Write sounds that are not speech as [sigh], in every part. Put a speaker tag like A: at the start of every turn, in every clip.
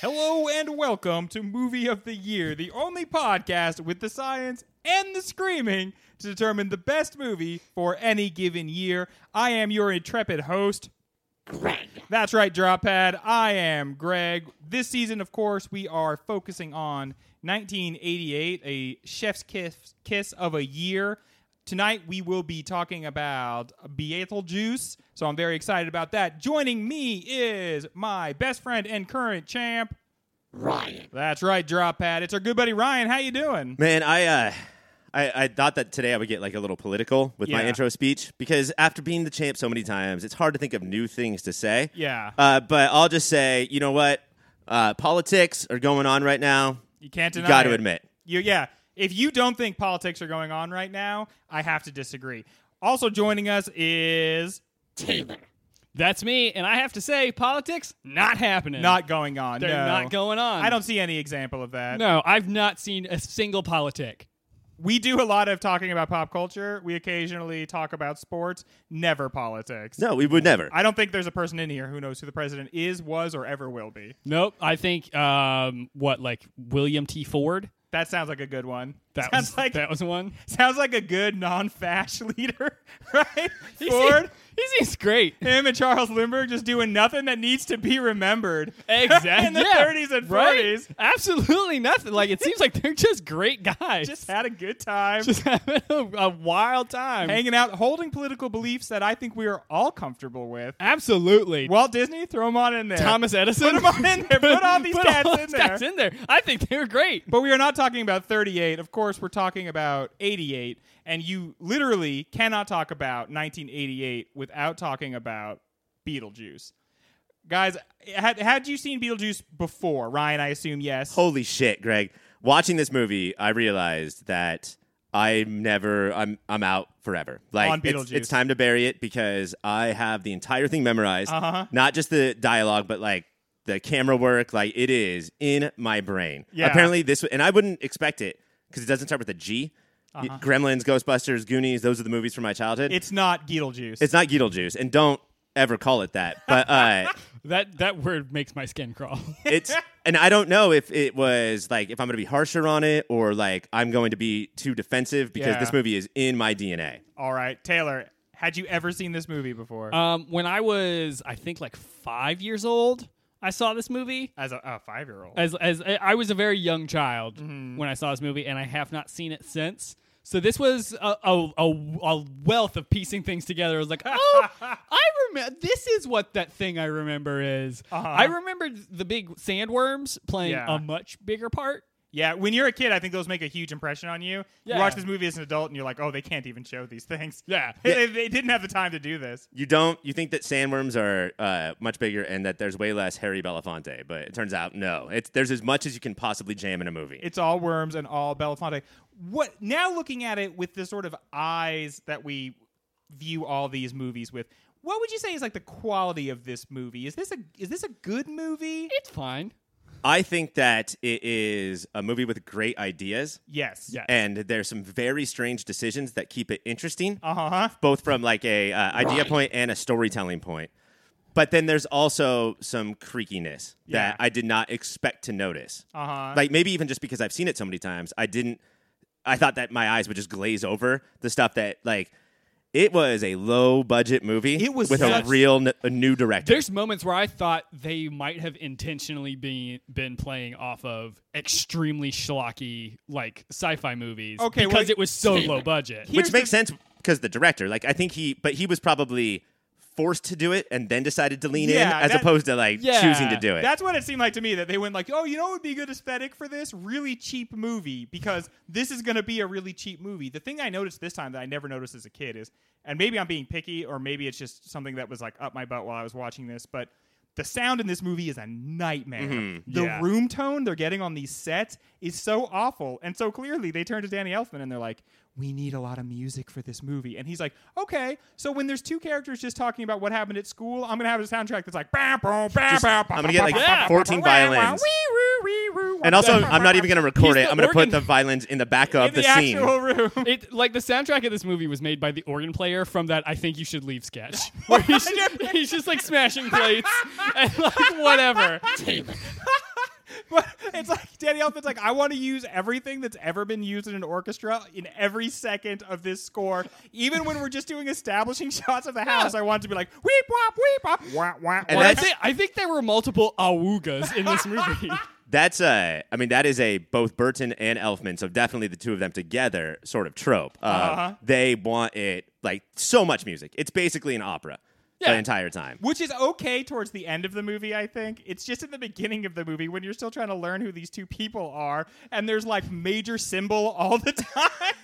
A: Hello and welcome to Movie of the Year, the only podcast with the science and the screaming to determine the best movie for any given year. I am your intrepid host, Greg. That's right, Droppad. I am Greg. This season, of course, we are focusing on 1988, a chef's kiss, kiss of a year. Tonight, we will be talking about Beetlejuice, so I'm very excited about that. Joining me is my best friend and current champ, Ryan. That's right, Droppad. It's our good buddy Ryan. How you doing?
B: Man, I, uh, I I thought that today I would get like a little political with my
A: Yeah.
B: intro speech because after being the champ so many times, it's hard to think of new things to say.
A: Yeah.
B: Uh, but I'll just say, you know what? Uh, politics are going on right now.
A: You can't deny.
B: gotta
A: it.
B: admit.
A: You yeah. If you don't think politics are going on right now, I have to disagree. Also joining us is
C: That's me, and I have to say, politics not happening.
A: not going on.
C: they're
A: no.
C: not going on.
A: I don't see any example of that.
C: [laughs] No, I've not seen a single politic.
A: We do a lot of talking about pop culture. We occasionally talk about sports, never politics.
B: No, we would never.
A: I don't think there's a person in here who knows who the president is, was, or ever will be.
C: Nope. I think um, what like William T. Ford.
A: That sounds like a good one.
C: That
A: sounds
C: was
A: like
C: that was one.
A: sounds like a good non-fash [laughs] leader,
C: [laughs]
A: right? Ford,
C: He seems
A: [laughs]
C: great.
A: him and Charles Lindbergh just doing nothing that needs to be remembered.
C: Exactly.
A: In the
C: Yeah,
A: 30s and 40s.
C: right? Absolutely nothing. Like it seems like they're just great guys.
A: Just had a good time.
C: [laughs] Just having a, a wild time.
A: hanging out, holding political beliefs that I think we are all comfortable with.
C: Absolutely.
A: Walt Disney, throw him on in there.
C: Thomas Edison.
A: Put 'em on in there. [laughs] Put all these cats in
C: those cats
A: there.
C: in there. I think they were great.
A: But we are not talking about 38. Of course, we're talking about 88. And you literally cannot talk about 1988 without talking about Beetlejuice. Guys, had, had you seen Beetlejuice before? Ryan, I assume yes.
B: Holy shit, Greg! Watching this movie, I realized that I'm never. I'm I'm out forever. Like
A: On
B: it's,
A: Beetlejuice.
B: it's time to bury it because I have the entire thing memorized.
A: Uh-huh.
B: Not just the dialogue, but like the camera work. Like it is in my brain.
A: Yeah.
B: Apparently this, and I wouldn't expect it because it doesn't start with a G.
A: Uh-huh.
B: Gremlins, Ghostbusters, Goonies. Those are the movies from my childhood.
A: It's not Beetlejuice.
B: it's not Beetlejuice, and don't ever call it that. But
A: [laughs]
B: uh,
C: That that word makes my skin crawl.
B: it's and I don't know if it was like if I'm going to be harsher on it or like I'm going to be too defensive because
A: Yeah.
B: this movie is in my DNA.
A: all right. Taylor, had you ever seen this movie before?
C: Um, when I was, I think, like five years old, I saw this movie.
A: As a, a five year old.
C: As as I was a very young child
A: Mm-hmm.
C: when I saw this movie, and I have not seen it since. So this was a, a, a, a wealth of piecing things together. I was like, [laughs] oh, I remember. This is what that thing I remember is.
A: Uh-huh.
C: I remembered the big sandworms playing
A: Yeah.
C: a much bigger part.
A: Yeah, when you're a kid, I think those make a huge impression on you.
C: Yeah.
A: You watch this movie as an adult, and you're like, "Oh, they can't even show these things."
C: Yeah.
A: [laughs] they, they didn't have the time to do this.
B: You don't you think that sandworms are uh, much bigger and that there's way less Harry Belafonte, but it turns out no. It's there's as much as you can possibly jam in a movie.
A: It's all worms and all Belafonte. What now? Looking at it with the sort of eyes that we view all these movies with, what would you say is like the quality of this movie? Is this a is this a good movie?
C: It's fine.
B: I think that it is a movie with great ideas
A: yes.
C: Yeah.
B: and there's some very strange decisions that keep it interesting.
A: Uh huh.
B: both from like a uh, idea point and a storytelling point. But then there's also some creakiness
A: Yeah.
B: that I did not expect to notice.
A: Uh huh.
B: Like maybe even just because I've seen it so many times, I didn't. I thought that my eyes would just glaze over the stuff that like it was a low budget movie.
A: It was
B: with
A: such-
B: a real n- a new director.
C: There's moments where I thought they might have intentionally been been playing off of extremely schlocky like sci-fi movies.
A: Okay,
C: because
A: well,
C: it was so low
A: Here-
C: budget.
A: here's
B: which makes
A: the-
B: sense because the director. Like I think he, but he was probably forced to do it and then decided to lean
A: Yeah,
B: in as
A: that-
B: opposed to like
C: Yeah.
B: choosing to do it.
A: That's what it seemed like to me that they went like, "Oh, you know, what would be a good aesthetic for this really cheap movie because this is going to be a really cheap movie." The thing I noticed this time that I never noticed as a kid is, and maybe I'm being picky, or maybe it's just something that was like up my butt while I was watching this, but. The sound in this movie is a nightmare. The
C: Yeah.
A: room tone they're getting on these sets is so awful. And so clearly they turn to Danny Elfman and they're like, we need a lot of music for this movie. And he's like, okay, so when there's two characters just talking about what happened at school, I'm going to have a soundtrack that's like, bam, boom, bam,
B: Just-
A: bam,
B: I'm gonna get, like, 14 violins. And also, I'm not even going to
C: He's
B: record it.
C: the
B: I'm going to put
A: [laughs]
C: organ-
B: the violins in the back of
A: in the,
B: the scene.
A: actual room. [laughs]
C: It like the soundtrack of this movie was made by the organ player from that I think you should
A: [laughs]
C: leave sketch. Where he's, he's just like smashing plates [laughs] and like whatever.
A: But it's like Danny Elfman's like, I want to use everything that's ever been used in an orchestra in every second of this score. Even when we're just doing establishing [laughs] shots of the house, I want it to be like weep wop weep wop wah wah. wah.
B: And
C: Well, I
B: that's-
C: think, I think there were multiple awoogas in
A: [laughs]
C: this movie.
B: That's a, I mean, that is a both Burton and Elfman, so definitely the two of them together sort of trope. Uh,
A: Uh-huh.
B: They want it like so much music. It's basically an opera
C: Yeah.
B: the entire time.
A: which is okay towards the end of the movie, I think. It's just at the beginning of the movie when you're still trying to learn who these two people are, and there's like major symbol all the [laughs] time.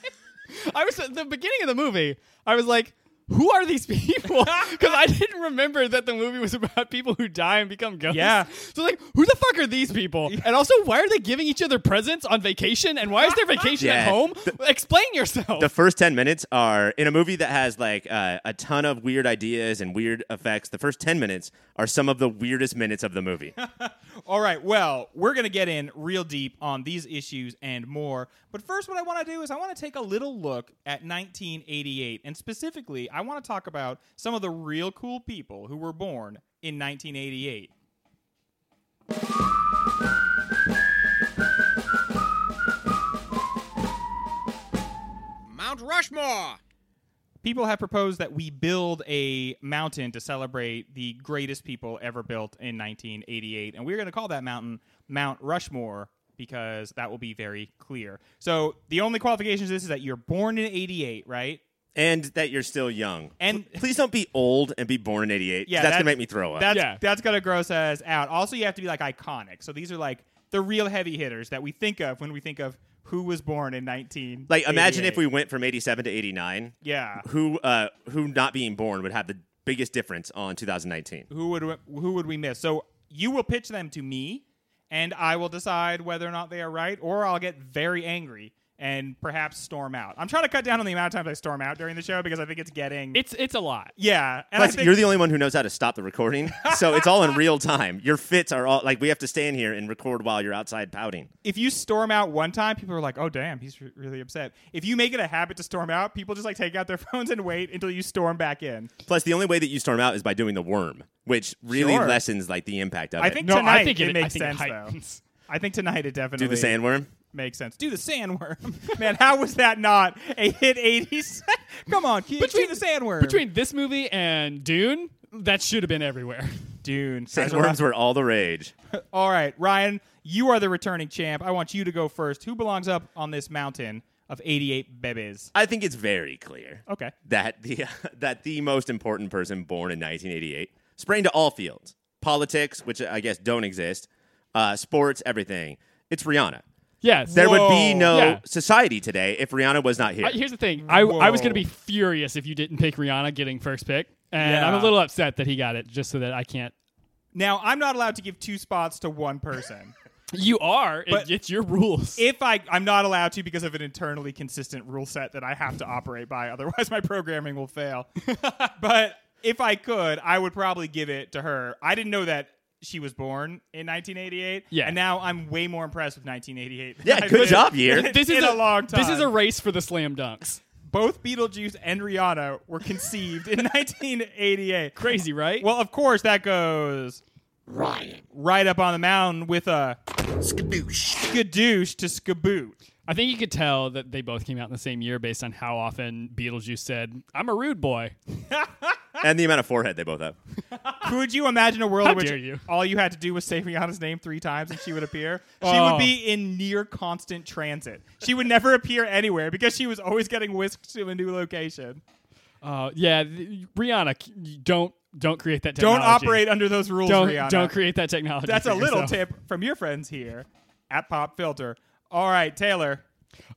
C: I was at the beginning of the movie. I was like, "Who are these [laughs] people?" Because I didn't remember that the movie was about people who die and become ghosts.
A: Yeah.
C: So like, who the fuck are these people? And also, why are they giving each other presents on vacation? And why is their vacation at
B: Yeah.
C: home? Explain yourself.
B: The first 10 minutes are in a movie that has like uh, a ton of weird ideas and weird effects. The first 10 minutes are some of the weirdest minutes of
A: [laughs]
B: the movie.
A: All right, well, we're going to get in real deep on these issues and more. But first, what I want to do is I want to take a little look at 1988. And specifically, I want to talk about some of the real cool people who were born in 1988.
D: Mount Rushmore!
A: People have proposed that we build a mountain to celebrate the greatest people ever built in 1988. And we're going to call that mountain Mount Rushmore because that will be very clear. So the only qualifications to this is that you're born in 88, right?
B: and that you're still young.
A: And-
B: P- please don't be old and be born in 88.
A: Yeah,
B: that's
A: that-
B: going to make me throw
A: [laughs]
B: up.
A: That's
C: Yeah.
A: that's gonna gross us out. Also, you have to be like iconic. So these are like the real heavy hitters that we think of when we think of who was born in 19.
B: Like imagine if we went from 87 to 89.
A: yeah.
B: who uh who not being born would have the biggest difference on 2019.
A: Who would who would we miss? So you will pitch them to me, and I will decide whether or not they are right, or I'll get very angry and perhaps storm out. I'm trying to cut down on the amount of times I storm out during the show because I think it's getting
C: it's it's a lot.
A: yeah. And I
B: Plus,
A: think,
B: you're the only one who knows how to stop the recording, so it's all in real time. Your fits are all like we have to stay in here and record while you're outside pouting.
A: if you storm out one time, people are like, "Oh, damn, he's re- really upset." If you make it a habit to storm out, people just like take out their [laughs] phones and wait until you storm back in.
B: Plus, the only way that you storm out is by doing the worm, which really
A: Sure.
B: lessens like the impact of
A: I
B: it.
A: think
C: No, I
A: tonight
C: think
A: it,
C: it- I
A: makes
C: think it
A: sense
C: heightens.
A: though. I think tonight it definitely
B: do the sandworm.
A: makes sense. Do the sandworm, [laughs] man. How was that not a hit '80s? [laughs] Come on, kids, do the sandworm.
C: Between this movie and Dune, that should have been everywhere. [laughs]
A: Dune
B: Sandworms were all the rage.
A: All right, Ryan, you are the returning champ. I want you to go first. Who belongs up on this mountain of 88 bebes?
B: I think it's very clear
A: Okay.
B: that the [laughs] that the most important person born in 1988 sprang to all fields, politics, which I guess don't exist, uh, sports, everything. It's Rihanna.
C: Yes.
B: There would be
A: Whoa. Uh,
B: no
C: Yeah.
B: society today if Rihanna was not here.
C: I- here's the thing. I, I was
A: Whoa.
C: going to be furious if you didn't pick Rihanna getting first pick. And
A: Yeah.
C: I'm a little upset that he got it just so that I can't.
A: Now I'm not allowed to give two spots to one person.
C: You are. It-
A: But-
C: it's your rules.
A: if I I'm not allowed to because of an internally consistent rule set that I have to operate by, [laughs] otherwise my programming will
C: [laughs]
A: fail. but if I could, I would probably give it to her. I didn't know that she was born in 1988.
C: Yeah.
A: and now I'm way more impressed with 1988. than
B: Yeah,
A: I've
B: good
A: been [laughs]
B: job, year.
A: in-
C: [laughs] this is
A: in a, long time.
C: This is a race for the slam dunks.
A: both Beetlejuice and Rihanna were conceived in [laughs] 1988.
C: Crazy, right?
A: Well, of course that goes
D: Ryan.
A: right up on the mountain with a
D: Skadoosh.
A: skadoosh to skaboot.
C: I think you could tell that they both came out in the same year based on how often Beetlejuice said, "I'm a rude boy."
B: and the amount of forehead they both have.
A: Could you imagine a world
C: How
A: in which
C: dare you.
A: all you had to do was say Rihanna's name three times and she would appear? She
C: Oh.
A: would be in near constant transit. She would never appear anywhere because she was always getting whisked to a new location.
C: Uh, yeah, th- Rihanna, c- you don't don't create that.
A: Don't
C: Technology.
A: operate under those rules,
C: Don't
A: Rihanna.
C: don't create that technology.
A: That's
C: for
A: a little
C: yourself.
A: tip from your friends here at Pop Filter. All right, Taylor,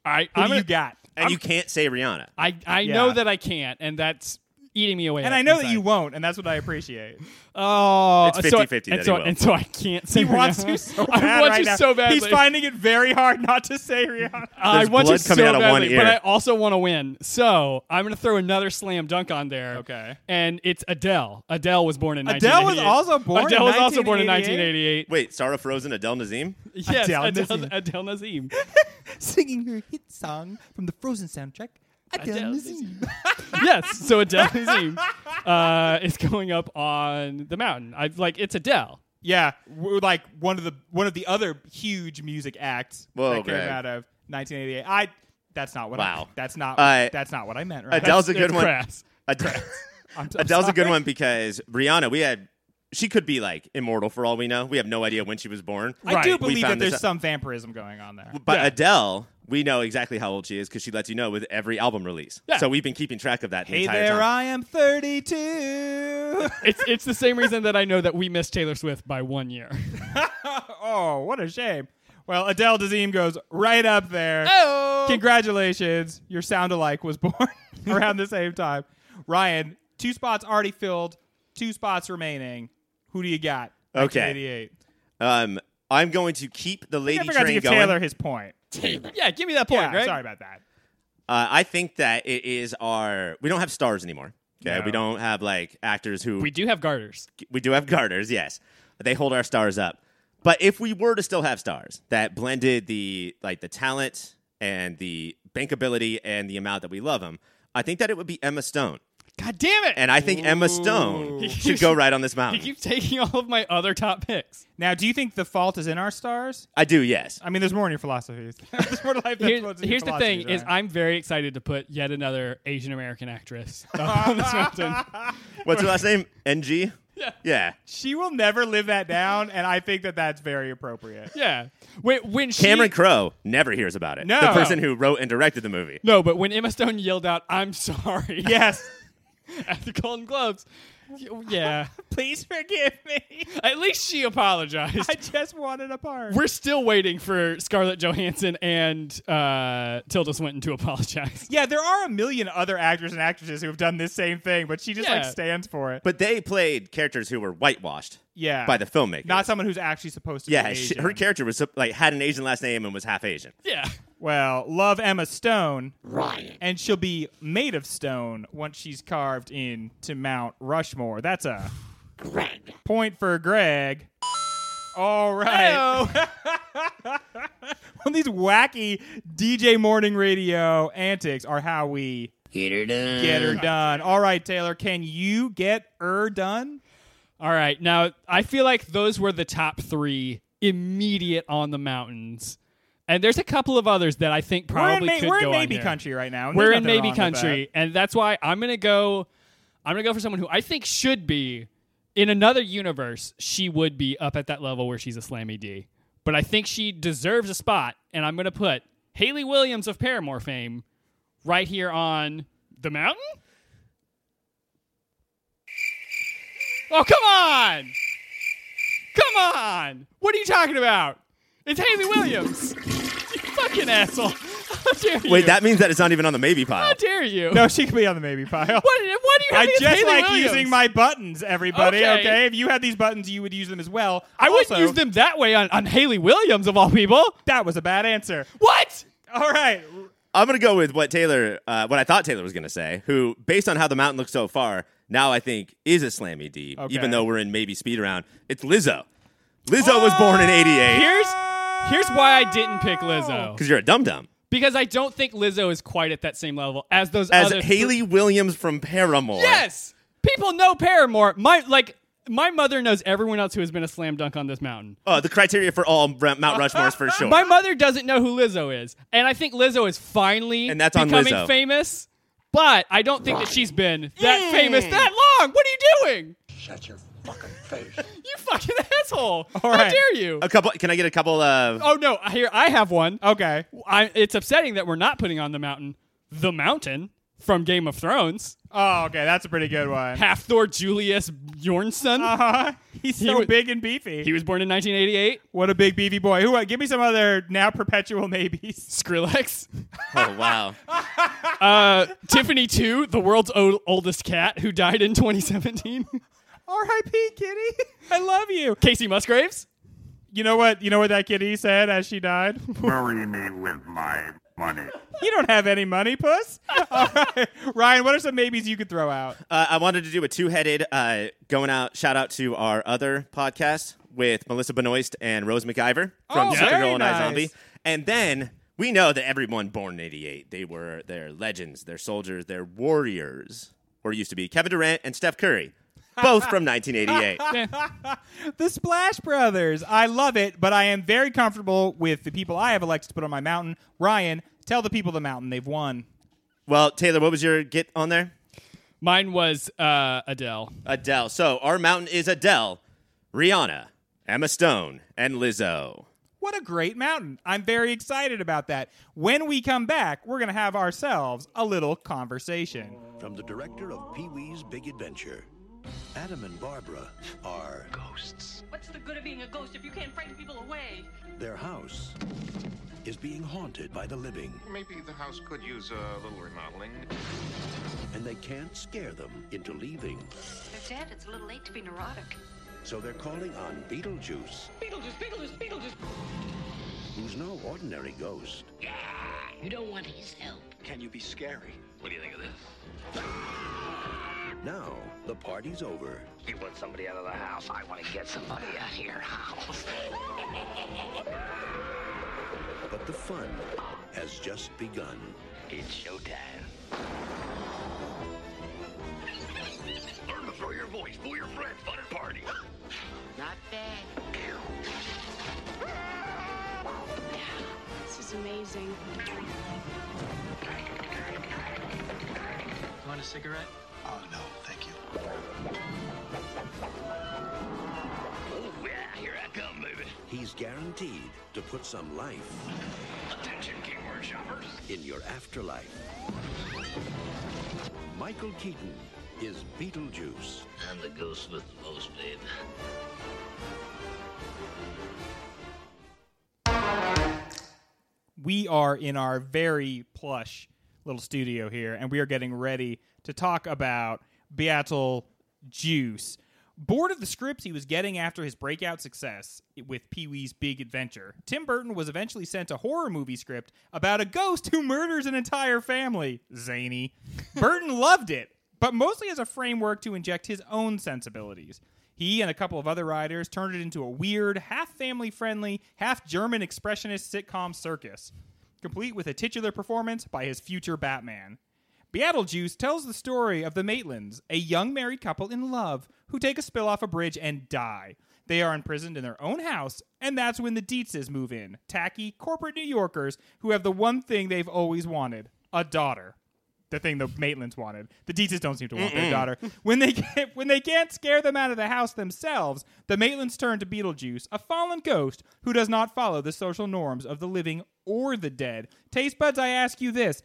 C: All right,
A: who
C: I'm
A: do
C: gonna-
A: you got?
B: And you can't say Rihanna.
C: I I
A: Yeah.
C: know that I can't, and that's eating me away.
A: And I know that you won't, and that's what I
C: [laughs]
A: appreciate.
C: Oh,
B: It's
C: so I-
B: 50-50
C: and
B: that
C: so,
B: he will.
C: and so I can't say
A: He
C: right
A: wants
C: now.
A: you so bad
C: [laughs] I want
A: right
C: you
A: now.
C: so badly.
A: He's finding it very hard not to say Rihanna.
C: I
B: There's
C: want
B: blood
C: you
B: coming
C: so
B: out of one
C: badly, but
B: ear.
C: I also want to win. So I'm going to throw another slam dunk on there.
A: Okay.
C: And it's Adele. Adele was born in
A: Adele was
C: 1988.
A: also born in
C: Adele was also born in
A: 1988?
C: 1988.
B: Wait, Star of Frozen, Adele Nazim? [laughs]
C: Yes,
A: Adele
C: Adele,
A: Nazim.
C: [laughs] Adele, Nazim.
A: [laughs] Singing her hit song from the Frozen soundtrack, Adele,
C: Adele
A: Nazim.
C: yes, so
B: [laughs]
C: Adele Nazim uh, is going up on the mountain. I like it's Adele.
A: Yeah, we're like one of the one of the other huge music acts
B: Whoa,
A: that came
B: Greg.
A: out of 1988. I that's not what I
B: Wow.
A: that's not
B: Uh,
A: that's not what I meant. Right?
B: Adele's a
C: That's
B: good one.
C: crass.
B: [laughs] Adele-
A: [laughs] I'm- I'm
B: Adele's a good
A: sorry.
B: one because Rihanna, we had, she could be like immortal for all we know. We have no idea when she was born.
A: I do
C: Right, we
A: believe that
B: found this
A: there's
B: out-
A: some vampirism going on there.
B: But
C: Yeah.
B: Adele, we know exactly how old she is because she lets you know with every album release.
C: Yeah.
B: So we've been keeping track of that the
A: Hey
B: entire
A: there,
B: time.
A: I am 32.
C: It's it's the same reason that I know that we missed Taylor Swift by one year.
A: [laughs]
C: [laughs]
A: oh, what a shame. Well, Adele Dazeem goes right up there.
C: Oh,
A: Congratulations, your sound alike was [laughs] born around the same time. Ryan, two spots already filled, two spots remaining. Who do you got?
B: Okay.
A: 1988.
B: Um, I'm going to keep the
A: uh, I
B: lady
A: forgot to
B: train
A: give
B: going.
A: Taylor his point.
D: Taylor.
C: yeah, give me that point,
A: Yeah,
C: Greg.
A: sorry about that.
B: Uh, I think that it is our. We don't have stars anymore. Okay,
A: No.
B: we don't have like actors who
C: We do have garters.
B: we do have garters, yes. They hold our stars up. But if we were to still have stars that blended the like the talent and the bankability and the amount that we love them, I think that it would be Emma Stone.
C: God damn it!
B: And I think Emma Stone
A: Ooh.
B: should
A: [laughs]
B: go right on this
C: you
B: mountain.
C: keep taking all of my other top picks.
A: Now, do you think the fault is in our stars?
B: I do, yes.
A: I mean, there's more in your philosophies. [laughs] there's more to life. than
C: Here's,
A: what's in your
C: here's the thing:
A: philosophies,
C: is
A: Ryan.
C: I'm very excited to put yet another Asian American actress [laughs]
A: [laughs]
C: up on this mountain.
B: What's her last name? NG? Yeah. Yeah.
A: she will never live that down, and I think that that's very appropriate. [laughs]
C: Yeah, when, when she,
B: Cameron Crowe never hears about it.
A: No.
B: The person who wrote and directed the movie.
C: no, but when Emma Stone yelled out, "I'm sorry,"
A: Yes,
C: [laughs] at the Golden Globes, yeah,
A: please forgive me.
C: at least she apologized.
A: I just wanted a part.
C: We're still waiting for Scarlett Johansson and uh, Tilda Swinton to apologize. [laughs]
A: Yeah, there are a million other actors and actresses who have done this same thing, but she just like
C: Yeah.
A: stands for it.
B: But they played characters who were whitewashed
A: yeah,
B: by the filmmaker.
A: not someone who's actually supposed to.
B: yeah,
A: be
B: she,
A: Asian.
B: her character was like had an Asian last name and was half Asian.
C: Yeah,
A: Well, love Emma Stone,
D: Ryan.
A: and she'll be made of stone once she's carved in to Mount Rushmore. That's a
D: Greg.
A: point for Greg. All right. [laughs] Well, these wacky DJ morning radio antics are how we
D: Get her done.
A: get
C: Mm.
A: her done. All right, Taylor, can you get her done?
C: All right. Now, I feel like those were the top three immediate on the mountains. And there's a couple of others that I think probably
A: we're in, ma-
C: could
A: we're in
C: go on
A: maybe
C: there.
A: country right now. and
C: We're
A: there's
C: in
A: nothing
C: maybe
A: wrong with that.
C: country, and that's why I'm gonna go. I'm gonna go for someone who I think should be in another universe. She would be up at that level where she's a slammy D, but I think she deserves a spot, and I'm gonna put Haley Williams of Paramore fame right here on the mountain. Oh come on, come on! What are you talking about? It's Haley Williams. [laughs] you fucking asshole! [laughs] How dare you?
B: Wait, that means that it's not even on the maybe pile.
C: How dare you?
A: No, she could be on the maybe pile.
C: [laughs] What, why do you
A: I
C: have against
A: just
C: Hayley
A: like
C: Williams?
A: using my buttons, everybody. Okay.
C: Okay.
A: if you had these buttons, you would use them as well.
C: I wouldn't
A: Also,
C: use them that way on, on Haley Williams of all people.
A: That was a bad answer.
C: What?
A: All right,
B: I'm gonna go with what Taylor, uh, what I thought Taylor was gonna say. Who, based on how the mountain looks so far, now I think is a slammy D.
A: Okay.
B: Even though we're in maybe speed round, it's Lizzo. Lizzo was born
A: Oh,
B: in '88
C: Here's
A: Uh,
C: here's why I didn't pick Lizzo
B: because you're a dum dum.
C: because I don't think Lizzo is quite at that same level as those
B: As
C: other
B: Haley Williams from Paramore.
C: Yes, people know Paramore. My like my mother knows everyone else who has been a slam dunk on this mountain.
B: Oh, the criteria for all Ra- Mount Rushmores for sure.
C: My mother doesn't know who Lizzo is, and I think Lizzo is finally
B: And that's on
C: becoming
B: Lizzo.
C: famous. But I don't think that she's been that famous that long. What are you doing?
D: Shut your fucking face.
C: [laughs] You fucking asshole! How
A: right.
C: dare you?
B: a couple. Can I get a couple of?
C: Oh no! Here I have one.
A: okay.
C: I, it's upsetting that we're not putting on the mountain. The mountain from Game of Thrones.
A: Oh, okay, that's a pretty good one.
C: Half Thor Julius Bjornsson.
A: Uh-huh. [laughs] He's so
C: wa-
A: big and beefy.
C: he was born in 1988.
A: what a big beefy boy. Who? uh, Give me some other now perpetual [laughs] maybes.
C: Skrillex.
B: Oh wow.
C: Uh, Tiffany 2, the world's o- oldest cat, who died in [laughs] 2017.
A: R.I.P. Kitty. [laughs] I love you.
C: [laughs] Casey Musgraves.
A: You know what? You know what that kitty said as she died. [laughs]
E: Bury me with my money.
A: you don't have any money, puss. [laughs] All right, Ryan. What are some maybes you could throw out?
B: Uh, I wanted to do a two-headed uh, going out shout out to our other podcast with Melissa Benoist and Rose McIver from
A: Oh, very
B: Supergirl and
A: nice.
B: I Zombie. And then we know that everyone born in '88, they were they're legends, they're soldiers, they're warriors. Or used to be Kevin Durant and Steph Curry, both from 1988.
A: Uh, The Splash Brothers. I love it, but I am very comfortable with the people I have elected to put on my mountain. Ryan, tell the people of the mountain they've won.
B: well, Taylor, what was your get on there?
C: Mine was uh, Adele.
B: Adele. So our mountain is Adele, Rihanna, Emma Stone, and Lizzo.
A: What a great mountain. I'm very excited about that. When we come back, we're going to have ourselves a little conversation.
F: From the director of Pee Wee's Big Adventure, Adam and Barbara are ghosts.
G: What's the good of being a ghost if you can't frighten people away?
F: Their house is being haunted by the living,
H: Maybe the house could use a little remodeling.
F: and they can't scare them into leaving.
I: They're dead. It's a little late to be neurotic.
F: So they're calling on Beetlejuice,
G: Beetlejuice, Beetlejuice, Beetlejuice.
F: who's no ordinary ghost.
I: You don't want his help.
F: Can you be scary? What do you think of this? Now, the party's over.
D: You want somebody out of the house? I want to get somebody out of your house.
F: But the fun has just begun.
D: It's showtime. Learn to throw your voice, fool your friends, fun and party.
I: Not bad.
J: This is amazing.
D: Want a cigarette? Oh, no, thank you. Oh, yeah, here I come, baby.
F: He's guaranteed to put some life
D: Attention, keyword shoppers.
F: in your afterlife. Michael Keaton is Beetlejuice.
D: I'm the ghost with the most, babe.
A: We are in our very plush little studio here, and we are getting ready to talk about Beatle Juice. Bored of the scripts he was getting after his breakout success with Pee Wee's Big Adventure, Tim Burton was eventually sent a horror movie script about a ghost who murders an entire family. Zany. Burton loved it, but mostly as a framework to inject his own sensibilities. He and a couple of other writers turned it into a weird, half family friendly, half German expressionist sitcom circus, complete with a titular performance by his future Batman. Beetlejuice tells the story of the Maitlands, a young married couple in love who take a spill off a bridge and die. They are imprisoned in their own house, and that's when the Dietzes move in tacky, corporate New Yorkers who have the one thing they've always wanted a daughter the thing the Maitlands wanted. The Dietzes don't seem to want their
C: [laughs]
A: daughter. When they can't, when they can't scare them out of the house themselves, the Maitlands turn to Beetlejuice, a fallen ghost who does not follow the social norms of the living or the dead. Taste buds, I ask you this: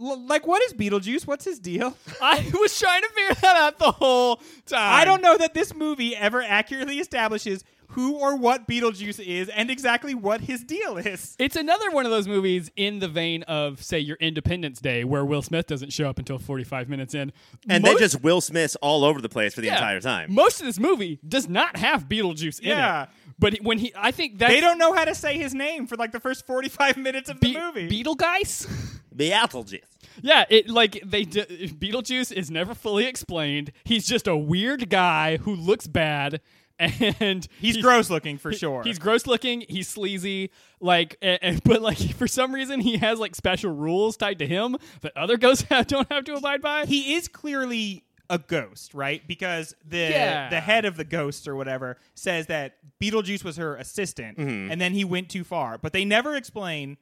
A: L- like, what is Beetlejuice? What's his deal?
C: [laughs] I was trying to figure that out the whole time.
A: I don't know that this movie ever accurately establishes who or what Beetlejuice is and exactly what his deal is.
C: It's another one of those movies in the vein of, say, your Independence Day, where Will Smith doesn't show up until 45 minutes in.
B: And
C: Most-
B: they just Will Smiths all over the place for the
C: yeah,
B: entire time.
C: Most of this movie does not have Beetlejuice in
A: Yeah.
C: it. But when he, I think that's
A: They don't know how to say his name for like the first forty-five minutes of the
C: Be-
A: movie.
C: Beetlegeist?
A: [laughs]
B: Beetlejuice.
C: Yeah, it like they d- Beetlejuice is never fully explained. He's just a weird guy who looks bad [laughs] and
A: He's gross looking for sure.
C: He's gross looking, he's sleazy, like and, and- [laughs] but like for some reason he has like special rules tied to him that other ghosts [laughs] have, don't have to abide by.
A: he is clearly a ghost, right? Because the
C: Yeah.
A: the head of the ghosts or whatever says that Beetlejuice was her assistant,
B: Mm-hmm.
A: and then he went too far. But they never explain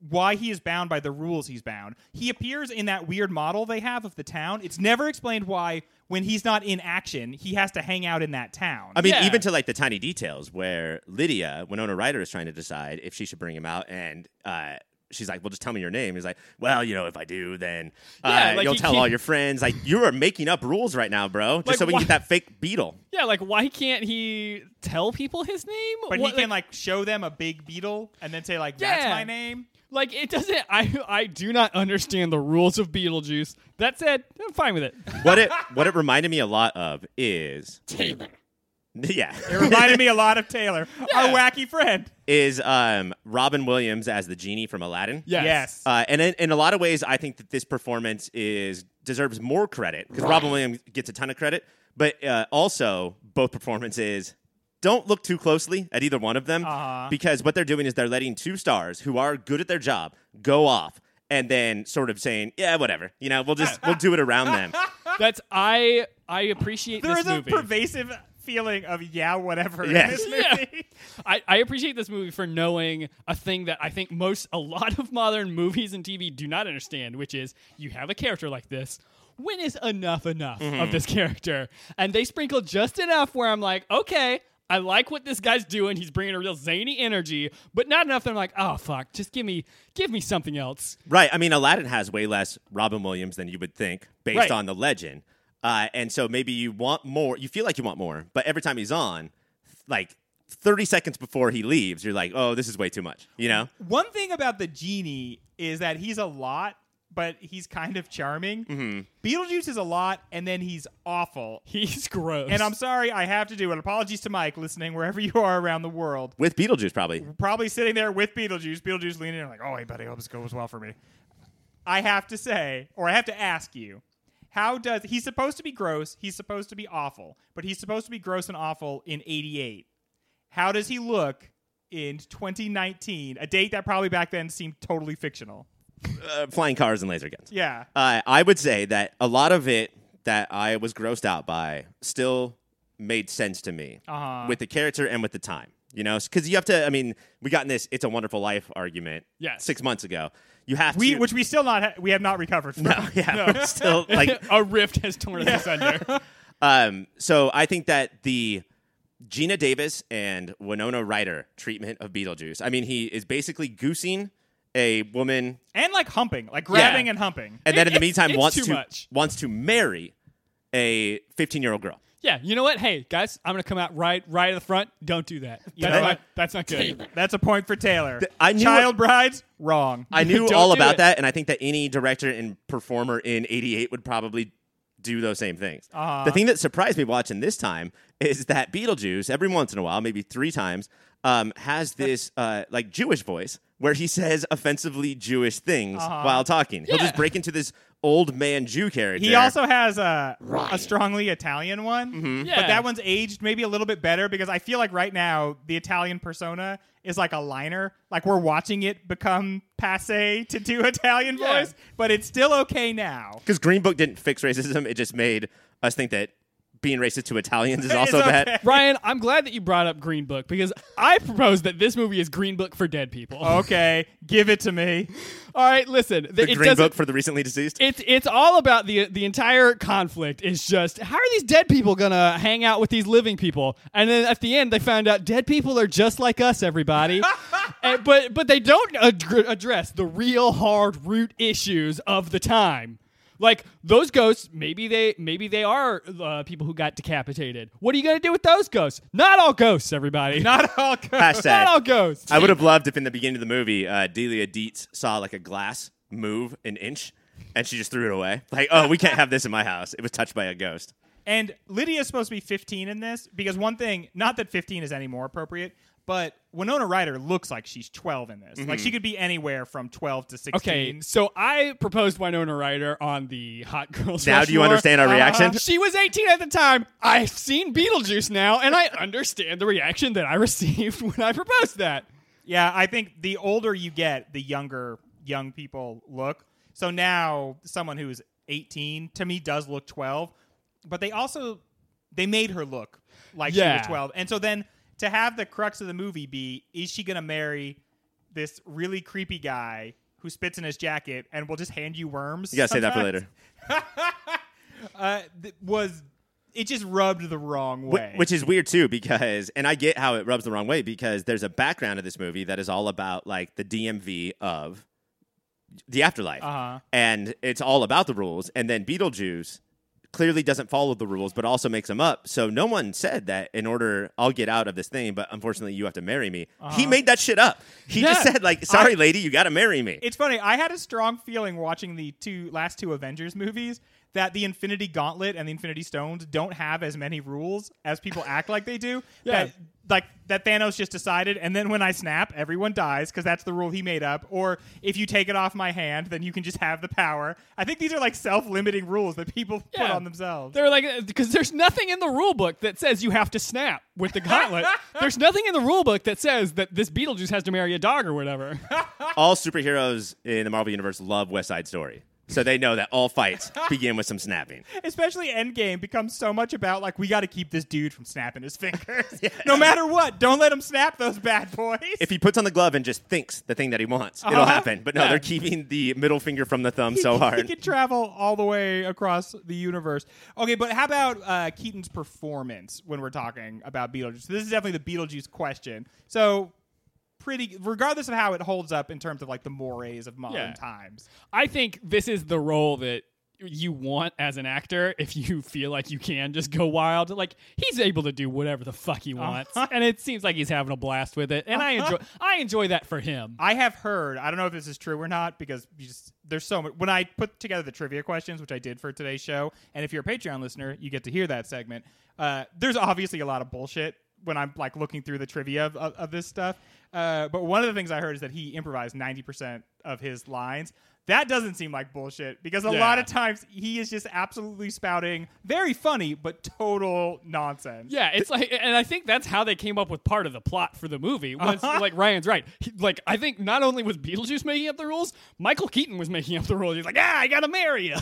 A: why he is bound by the rules he's bound. He appears in that weird model they have of the town. It's never explained why when he's not in action, he has to hang out in that town.
B: I mean,
C: Yeah.
B: even to like the tiny details where Lydia, Winona Ryder, is trying to decide if she should bring him out, and uh, she's like, "Well, just tell me your name." He's like, "Well, you know, if I do, then uh,
C: Yeah, like,
B: you'll
C: he
B: tell
C: keep-
B: all your friends." Like, you are making up rules right now, bro, just
C: Like,
B: so we
C: why-
B: can get that fake beetle.
C: Yeah, like why can't he tell people his name?
A: But
C: What-
A: he can like, show them a big beetle and then say like, "That's
C: Yeah.
A: my name."
C: like it doesn't. I I do not understand the rules of Beetlejuice. That said, I'm
A: [laughs]
C: fine with it.
B: What it what it reminded me a lot of is
I: Taylor.
B: [laughs] yeah,
A: It reminded me a lot of Taylor, our wacky friend.
B: is um Robin Williams as the genie from Aladdin.
C: Yes.
A: Yes.
B: Uh, and in, in a lot of ways, I think that this performance is deserves more credit because Robin Williams gets a ton of credit, but uh, also both performances. Don't look too closely at either one of them
A: Uh-huh.
B: because what they're doing is they're letting two stars who are good at their job go off and then sort of saying, "Yeah, whatever," you know, we'll just we'll do it around them.
C: That's I I appreciate
A: there
C: this
A: is a
C: movie.
A: pervasive feeling of yeah, whatever
B: Yes.
A: in this
C: Yeah.
A: movie.
C: I, I appreciate this movie for knowing a thing that I think most a lot of modern movies and TV do not understand, which is you have a character like this. When is enough enough of this character? And they sprinkle just enough where I'm like, okay, I like what this guy's doing. He's bringing a real zany energy, but not enough that I'm like, oh fuck, just give me give me something else. [laughs]
B: Right. I mean, Aladdin has way less Robin Williams than you would think based
C: Right.
B: on the legend. Uh, and so maybe you want more, you feel like you want more, but every time he's on, like 30 seconds before he leaves, you're like, oh, this is way too much, you know?
A: [laughs] One thing about the genie is that he's a lot, but he's kind of charming. Beetlejuice is a lot, and then Mm-hmm. he's awful.
C: He's gross. [laughs]
A: And I'm sorry, I have to do it. Apologies to Mike listening wherever you are around the world.
B: With Beetlejuice, probably.
A: Probably sitting there with Beetlejuice, Beetlejuice leaning in, like, oh, hey, buddy, hope this goes well for me. I have to say, or I have to ask you, how does he's supposed to be gross? He's supposed to be awful, but he's supposed to be gross and awful in '88. How does he look in 2019? A date that probably back then seemed totally fictional.
B: Uh, flying cars and laser guns.
A: Yeah,
B: Uh, I would say that a lot of it that I was grossed out by still made sense to me
A: Uh-huh.
B: with the character and with the time. You know, because you have to. I mean, we got in this "It's a Wonderful Life" argument
C: Yes.
B: six months ago. You have
A: we
B: to,
A: which we still not ha- we have not recovered from.
B: [laughs] No, yeah, we're still
C: [laughs]
B: like.
C: a rift has torn us asunder.
B: Um, so I think that the Gina Davis and Winona Ryder treatment of Beetlejuice. I mean, he is basically goosing a woman,
A: And like humping, like grabbing and humping.
B: and then in
C: It-
B: the
C: it's-
B: meantime
C: it's
B: wants
C: too
B: to
C: much.
B: wants to marry a fifteen year old girl.
C: yeah, you know what? Hey guys, I'm gonna come out right right at the front. Don't do that.
A: know
C: That's
A: what?
C: not- that's not good.
A: That's a point for Taylor.
B: I knew-
A: Child brides wrong.
B: I knew
C: Don't
B: all
C: do
B: about
C: it.
B: that, and I think that any director and performer in '88 would probably do those same things.
A: Uh-huh.
B: The thing that surprised me watching this time is that Beetlejuice, every once in a while, maybe three times, um, has this uh, like Jewish voice where he says offensively Jewish things while talking. He'll just break into this old man Jew character.
A: He also has a a strongly Italian one,
C: Yeah.
A: but that one's aged maybe a little bit better because I feel like right now the Italian persona is like a liner. Like we're watching it become passe to do [laughs] Italian
C: Yeah.
A: voice, but it's still okay now.
B: because Green Book didn't fix racism; it just made us think that being racist to Italians is
A: It's
B: also
A: okay.
B: bad.
C: [laughs] Ryan, I'm glad that you brought up Green Book because I propose that this movie is Green Book for dead people.
A: Okay, give it to me.
C: [laughs] All right, listen. th-
B: The
C: it
B: Green
C: doesn't-
B: Book for the recently deceased.
C: It's it's all about the the entire conflict is just how are these dead people gonna hang out with these living people? And then at the end, they found out dead people are just like
A: [laughs]
C: us, everybody. And- but but they don't ad- address the real hard root issues of the time. Like those ghosts, maybe they maybe they are uh, people who got decapitated. What are you gonna do with those ghosts? Not all ghosts, everybody.
A: Not all
C: [laughs]
A: good.
B: Hashtag.
C: Not all ghosts.
B: I would have loved if in the beginning of the movie, uh, Delia Dietz saw like a glass move an inch and she just threw it away. Like, oh, we can't have this in my house. It was touched by a ghost.
A: And Lydia's supposed to be 15 in this because one thing, not that 15 is any more appropriate, but Winona Ryder looks like she's 12 in this. Like she could be anywhere from 12 to 16.
C: Okay, so I proposed Winona Ryder on the Hot Girls.
B: Now do you
C: Rushmore.
B: understand our reaction?
C: She was 18 at the time. I've seen Beetlejuice now, and I understand the reaction that I [laughs] received when I proposed that.
A: Yeah, I think the older you get, the younger young people look. So now someone who's 18 to me does look 12, but they also they made her look like she
C: Yeah.
A: was 12. And so then to have the crux of the movie be is she going to marry this really creepy guy who spits in his jacket and will just hand you worms?
B: You gotta say that for
A: sometimes?
B: later.
A: Uh, th- was it just rubbed the wrong
B: Wh-
A: way?
B: Which is weird too, because and I get how it rubs the wrong way because there's a background of this movie that is all about like the DMV of the afterlife,
A: Uh-huh.
B: and it's all about the rules. And then Beetlejuice clearly doesn't follow the rules, but also makes them up. So no one said that in order I'll get out of this thing, but unfortunately you have to marry me. He made that shit up. He just
A: Uh-huh. Yeah.
B: said like, "Sorry, lady, you got to marry me."
A: It's funny. I had a strong feeling watching the two last two Avengers movies that the Infinity Gauntlet and the Infinity Stones don't have as many rules as people act like they do.
C: [laughs] Yeah.
A: That like that Thanos just decided, and then when I snap, everyone dies because that's the rule he made up. Or if you take it off my hand, then you can just have the power. I think these are like self-limiting rules that people put
C: Yeah.
A: on themselves.
C: They're like, because there's nothing in the rule book that says you have to snap with
A: [laughs]
C: the gauntlet. there's nothing in the rule book that says that this Beetlejuice has to marry a dog or whatever.
B: all superheroes in the Marvel universe love West Side Story. So they know that
A: [laughs]
B: all fights begin with some snapping.
A: Especially Endgame becomes so much about like we got to keep this dude from snapping his fingers,
C: [laughs]
A: no matter what. Don't let him snap those bad boys.
B: If he puts on the glove and just thinks the thing that he wants,
C: Uh-huh.
B: it'll happen. But no, they're keeping the middle finger from the thumb
C: [laughs]
A: [laughs]
B: so
A: He
B: hard.
A: could travel all the way across the universe. Okay, but how about uh, Keaton's performance when we're talking about Beetlejuice? This is definitely the Beetlejuice question. So, pretty regardless of how it holds up in terms of like the mores of modern
C: Yeah.
A: times.
C: I think this is the role that you want as an actor [laughs] if you feel like you can just go wild. Like he's able to do whatever the fuck he wants, and it seems like he's having a blast with it. And I enjoy, I enjoy that for him.
A: I have heard. I don't know if this is true or not because you just, there's so much. When I put together the trivia questions, which I did for today's show, and if you're a Patreon listener, you get to hear that segment. Uh, there's obviously a lot of bullshit when I'm like looking through the trivia of, of, of this stuff. Uh, but one of the things I heard is that he improvised 90% of his lines. That doesn't seem like bullshit because a
C: Yeah.
A: lot of times he is just absolutely spouting very funny but total nonsense.
C: Yeah, it's like, and I think that's how they came up with part of the plot for the movie. Once, like Ryan's right, He- like I think not only was Beetlejuice making up the rules, Michael Keaton was making up the rules. He's like, ah, I gotta marry you.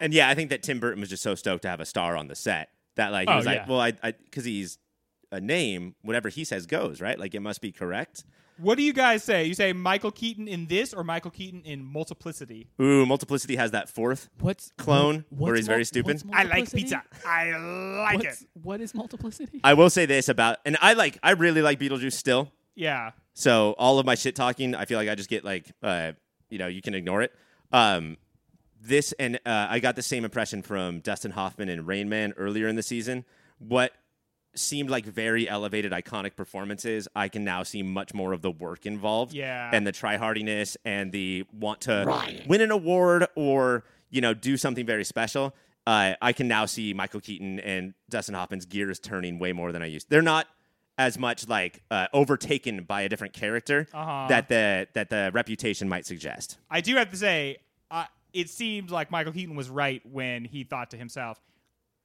B: And yeah, I think that Tim Burton was just so stoked to have a star on the set that like he
C: Oh,
B: was like,
C: yeah.
B: well, I, I, because he's a name, whatever he says goes, right? Like it must be correct.
A: What do you guys say? You say Michael Keaton in this or Michael Keaton in multiplicity?
B: Ooh, Multiplicity has that fourth
C: [laughs] What's
B: clone where he's very stupid.
A: I like pizza. I like it.
C: What is multiplicity?
B: I will say this about, and I like, I really like Beetlejuice still.
A: Yeah.
B: So all of my shit talking, I feel like I just get like, uh, you know, you can ignore it. Um, this and uh, I got the same impression from Dustin Hoffman and Rain Man earlier in the season. What seemed like very elevated, iconic performances, I can now see much more of the work involved,
A: Yeah.
B: and the tryhardiness and the want to win an award or you know do something very special. Uh, I can now see Michael Keaton and Dustin Hoffman's gears turning way more than I used. They're not as much like uh, overtaken by a different character
A: Uh-huh.
B: that the that the reputation might suggest.
A: I do have to say, uh, it seemed like Michael Keaton was right when he thought to himself,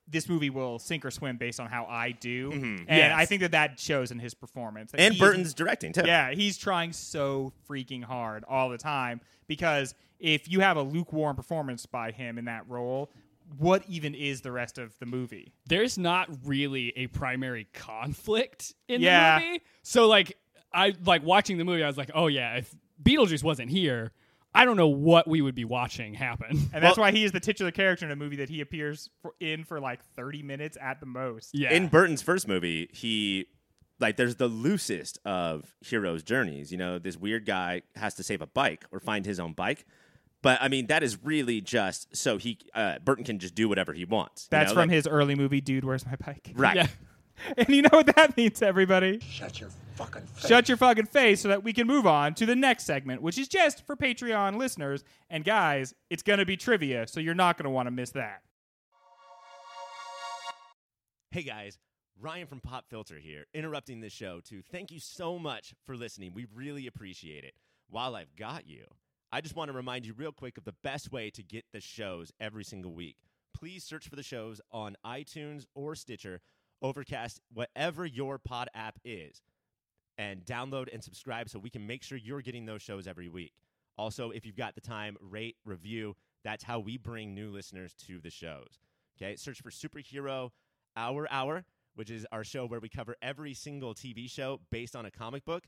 A: this movie will sink or swim based on how I do. And I think that that shows in his performance. that
B: And
A: he's-
B: Burton's directing too.
A: Yeah, he's trying so freaking hard all the time because if you have a lukewarm performance by him in that role, what even is the rest of the movie?
C: there's not really a primary conflict in
A: Yeah.
C: the movie. So like I like watching the movie, I was like, oh yeah, if Beetlejuice wasn't here, I don't know what we would be watching happen.
A: And that's why he is the titular character in a movie that he appears for, in for like 30 minutes at the most.
C: [laughs] yeah.
B: In Burton's first movie, he like there's the loosest of heroes' journeys. You know, this weird guy has to save a bike or find his own bike. But I mean, that is really just so he uh, Burton can just do whatever he wants. you
A: That's
B: know,
A: from
B: like-
A: his early movie, Dude, Where's My Bike?
B: right.
C: yeah.
A: [laughs] And you know what that means, everybody?
F: Shut your fucking face.
A: Shut your fucking face so that we can move on to the next segment, which is just for Patreon listeners. And guys, it's going to be trivia, so you're not going to want to miss that.
B: Hey guys, Ryan from Pop Filter here, interrupting this show to thank you so much for listening. We really appreciate it. While I've got you, I just want to remind you real quick of the best way to get the shows every single week. Please search for the shows on iTunes or Stitcher, Overcast, whatever your pod app is and download and subscribe so we can make sure you're getting those shows every week. Also, if you've got the time, rate, review. That's how we bring new listeners to the shows. Okay, search for Superhero Hour Hour, which is our show where we cover every single TV show based on a comic book,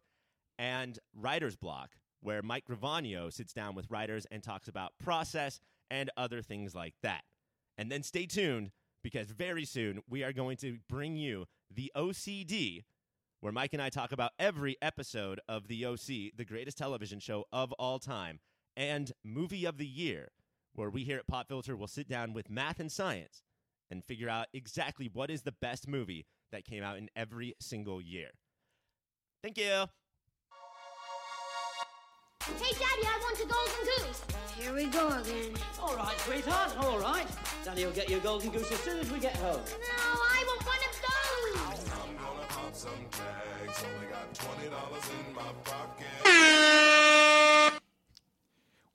B: and Writer's Block, where Mike Gravano sits down with writers and talks about process and other things like that. And then stay tuned because very soon we are going to bring you the OCD, where Mike and I talk about every episode of The OC, the greatest television show of all time, and Movie of the Year, where we here at Pop Filter will sit down with math and science and figure out exactly what is the best movie that came out in every single year. Thank you.
J: Hey, Daddy, I want a golden goose.
I: Here we go again.
K: All right, sweetheart, all right. Danny will get you a golden goose as soon as we get home.
J: No, I want one of those.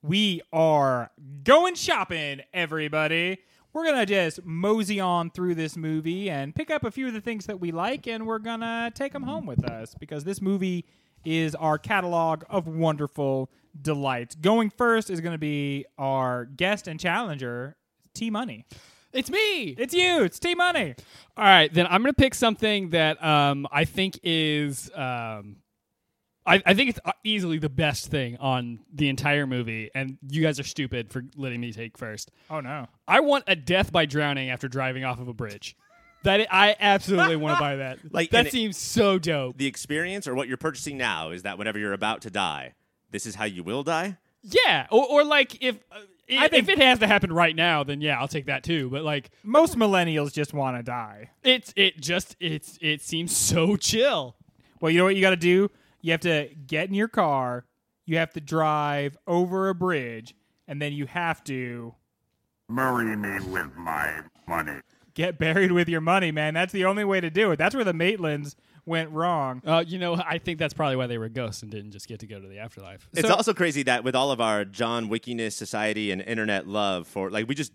A: We are going shopping, everybody. We're going to just mosey on through this movie and pick up a few of the things that we like, and we're going to take them home with us because this movie is our catalog of wonderful delights. Going first is going to be our guest and challenger, T Money.
C: It's me.
A: It's you, it's T Money.
C: All right, then I'm gonna pick something that um, I think is um, I, I think it's easily the best thing on the entire movie, and you guys are stupid for letting me take first.
A: Oh, no.
C: I want a death by drowning after driving off of a bridge. That I I absolutely want to buy [laughs] that.
B: Like, and
C: that
B: it-
C: seems so dope.
B: The experience or what you're purchasing now is that whenever you're about to die, this is how you will die.
C: Yeah, or, or like if uh,
A: I think-
C: if it has to happen right now, then yeah, I'll take that too. But like
A: Most millennials just want to die.
C: it's it just it's it seems so chill.
A: Well, you know what you got to do? You have to get in your car, you have to drive over a bridge, and then you have to
E: Bury me with my money.
A: get buried with your money, man. That's the only way to do it. That's where the Maitlands went
C: [laughs]
A: wrong.
C: Uh, you know, I think that's probably why they were ghosts and didn't just get to go to the afterlife.
B: It's
A: So-
B: also crazy that with all of our John Wickiness society and internet love for like we just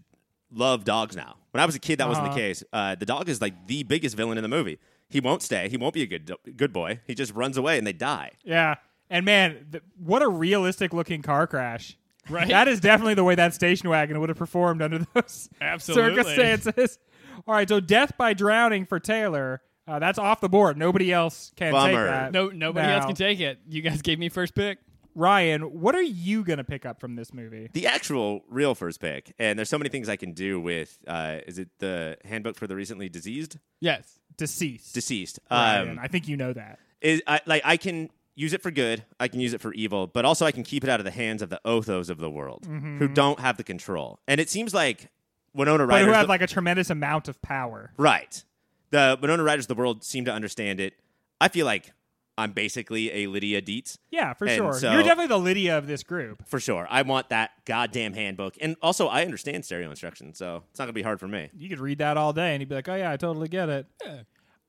B: love dogs now. When I was a kid, that wasn't the
A: Uh-huh.
B: case. Uh, the dog is like the biggest villain in the movie. He won't stay. He won't be a good good boy. He just runs away and they die.
A: Yeah. And man, th- what a realistic looking car crash.
C: Right?
A: That is definitely the way that station wagon would have performed under those [laughs]
C: Absolutely.
A: circumstances. All right, so death by drowning for Taylor. Uh, that's off the board. Nobody else can take
B: Bummer.
A: that.
C: no, nobody else
A: now.
C: can take it. You guys gave me first pick.
A: Ryan, what are you going to pick up from this movie?
B: The actual real first pick, and there's so many things I can do with. Uh, is it the handbook for the recently diseased?
C: Yes.
A: Deceased.
B: Deceased.
A: Ryan,
B: Um,
A: I think you know that.
B: is I, like I can use it for good, I can use it for evil, but also I can keep it out of the hands of the Othos of the world
A: Mm-hmm.
B: who don't have the control. And it seems like Winona
A: But
B: Ryder,
A: who had like a tremendous amount of power.
B: right? The Winona Ryder's of the world seem to understand it. I feel like I'm basically a Lydia Dietz.
A: Yeah, for
B: And
A: sure.
B: so-
A: You're definitely the Lydia of this group.
B: For sure, I want that goddamn handbook, and also I understand stereo instruction, so it's not gonna be hard for me.
A: You could read that all day and you'd be like, oh, yeah, I totally get it.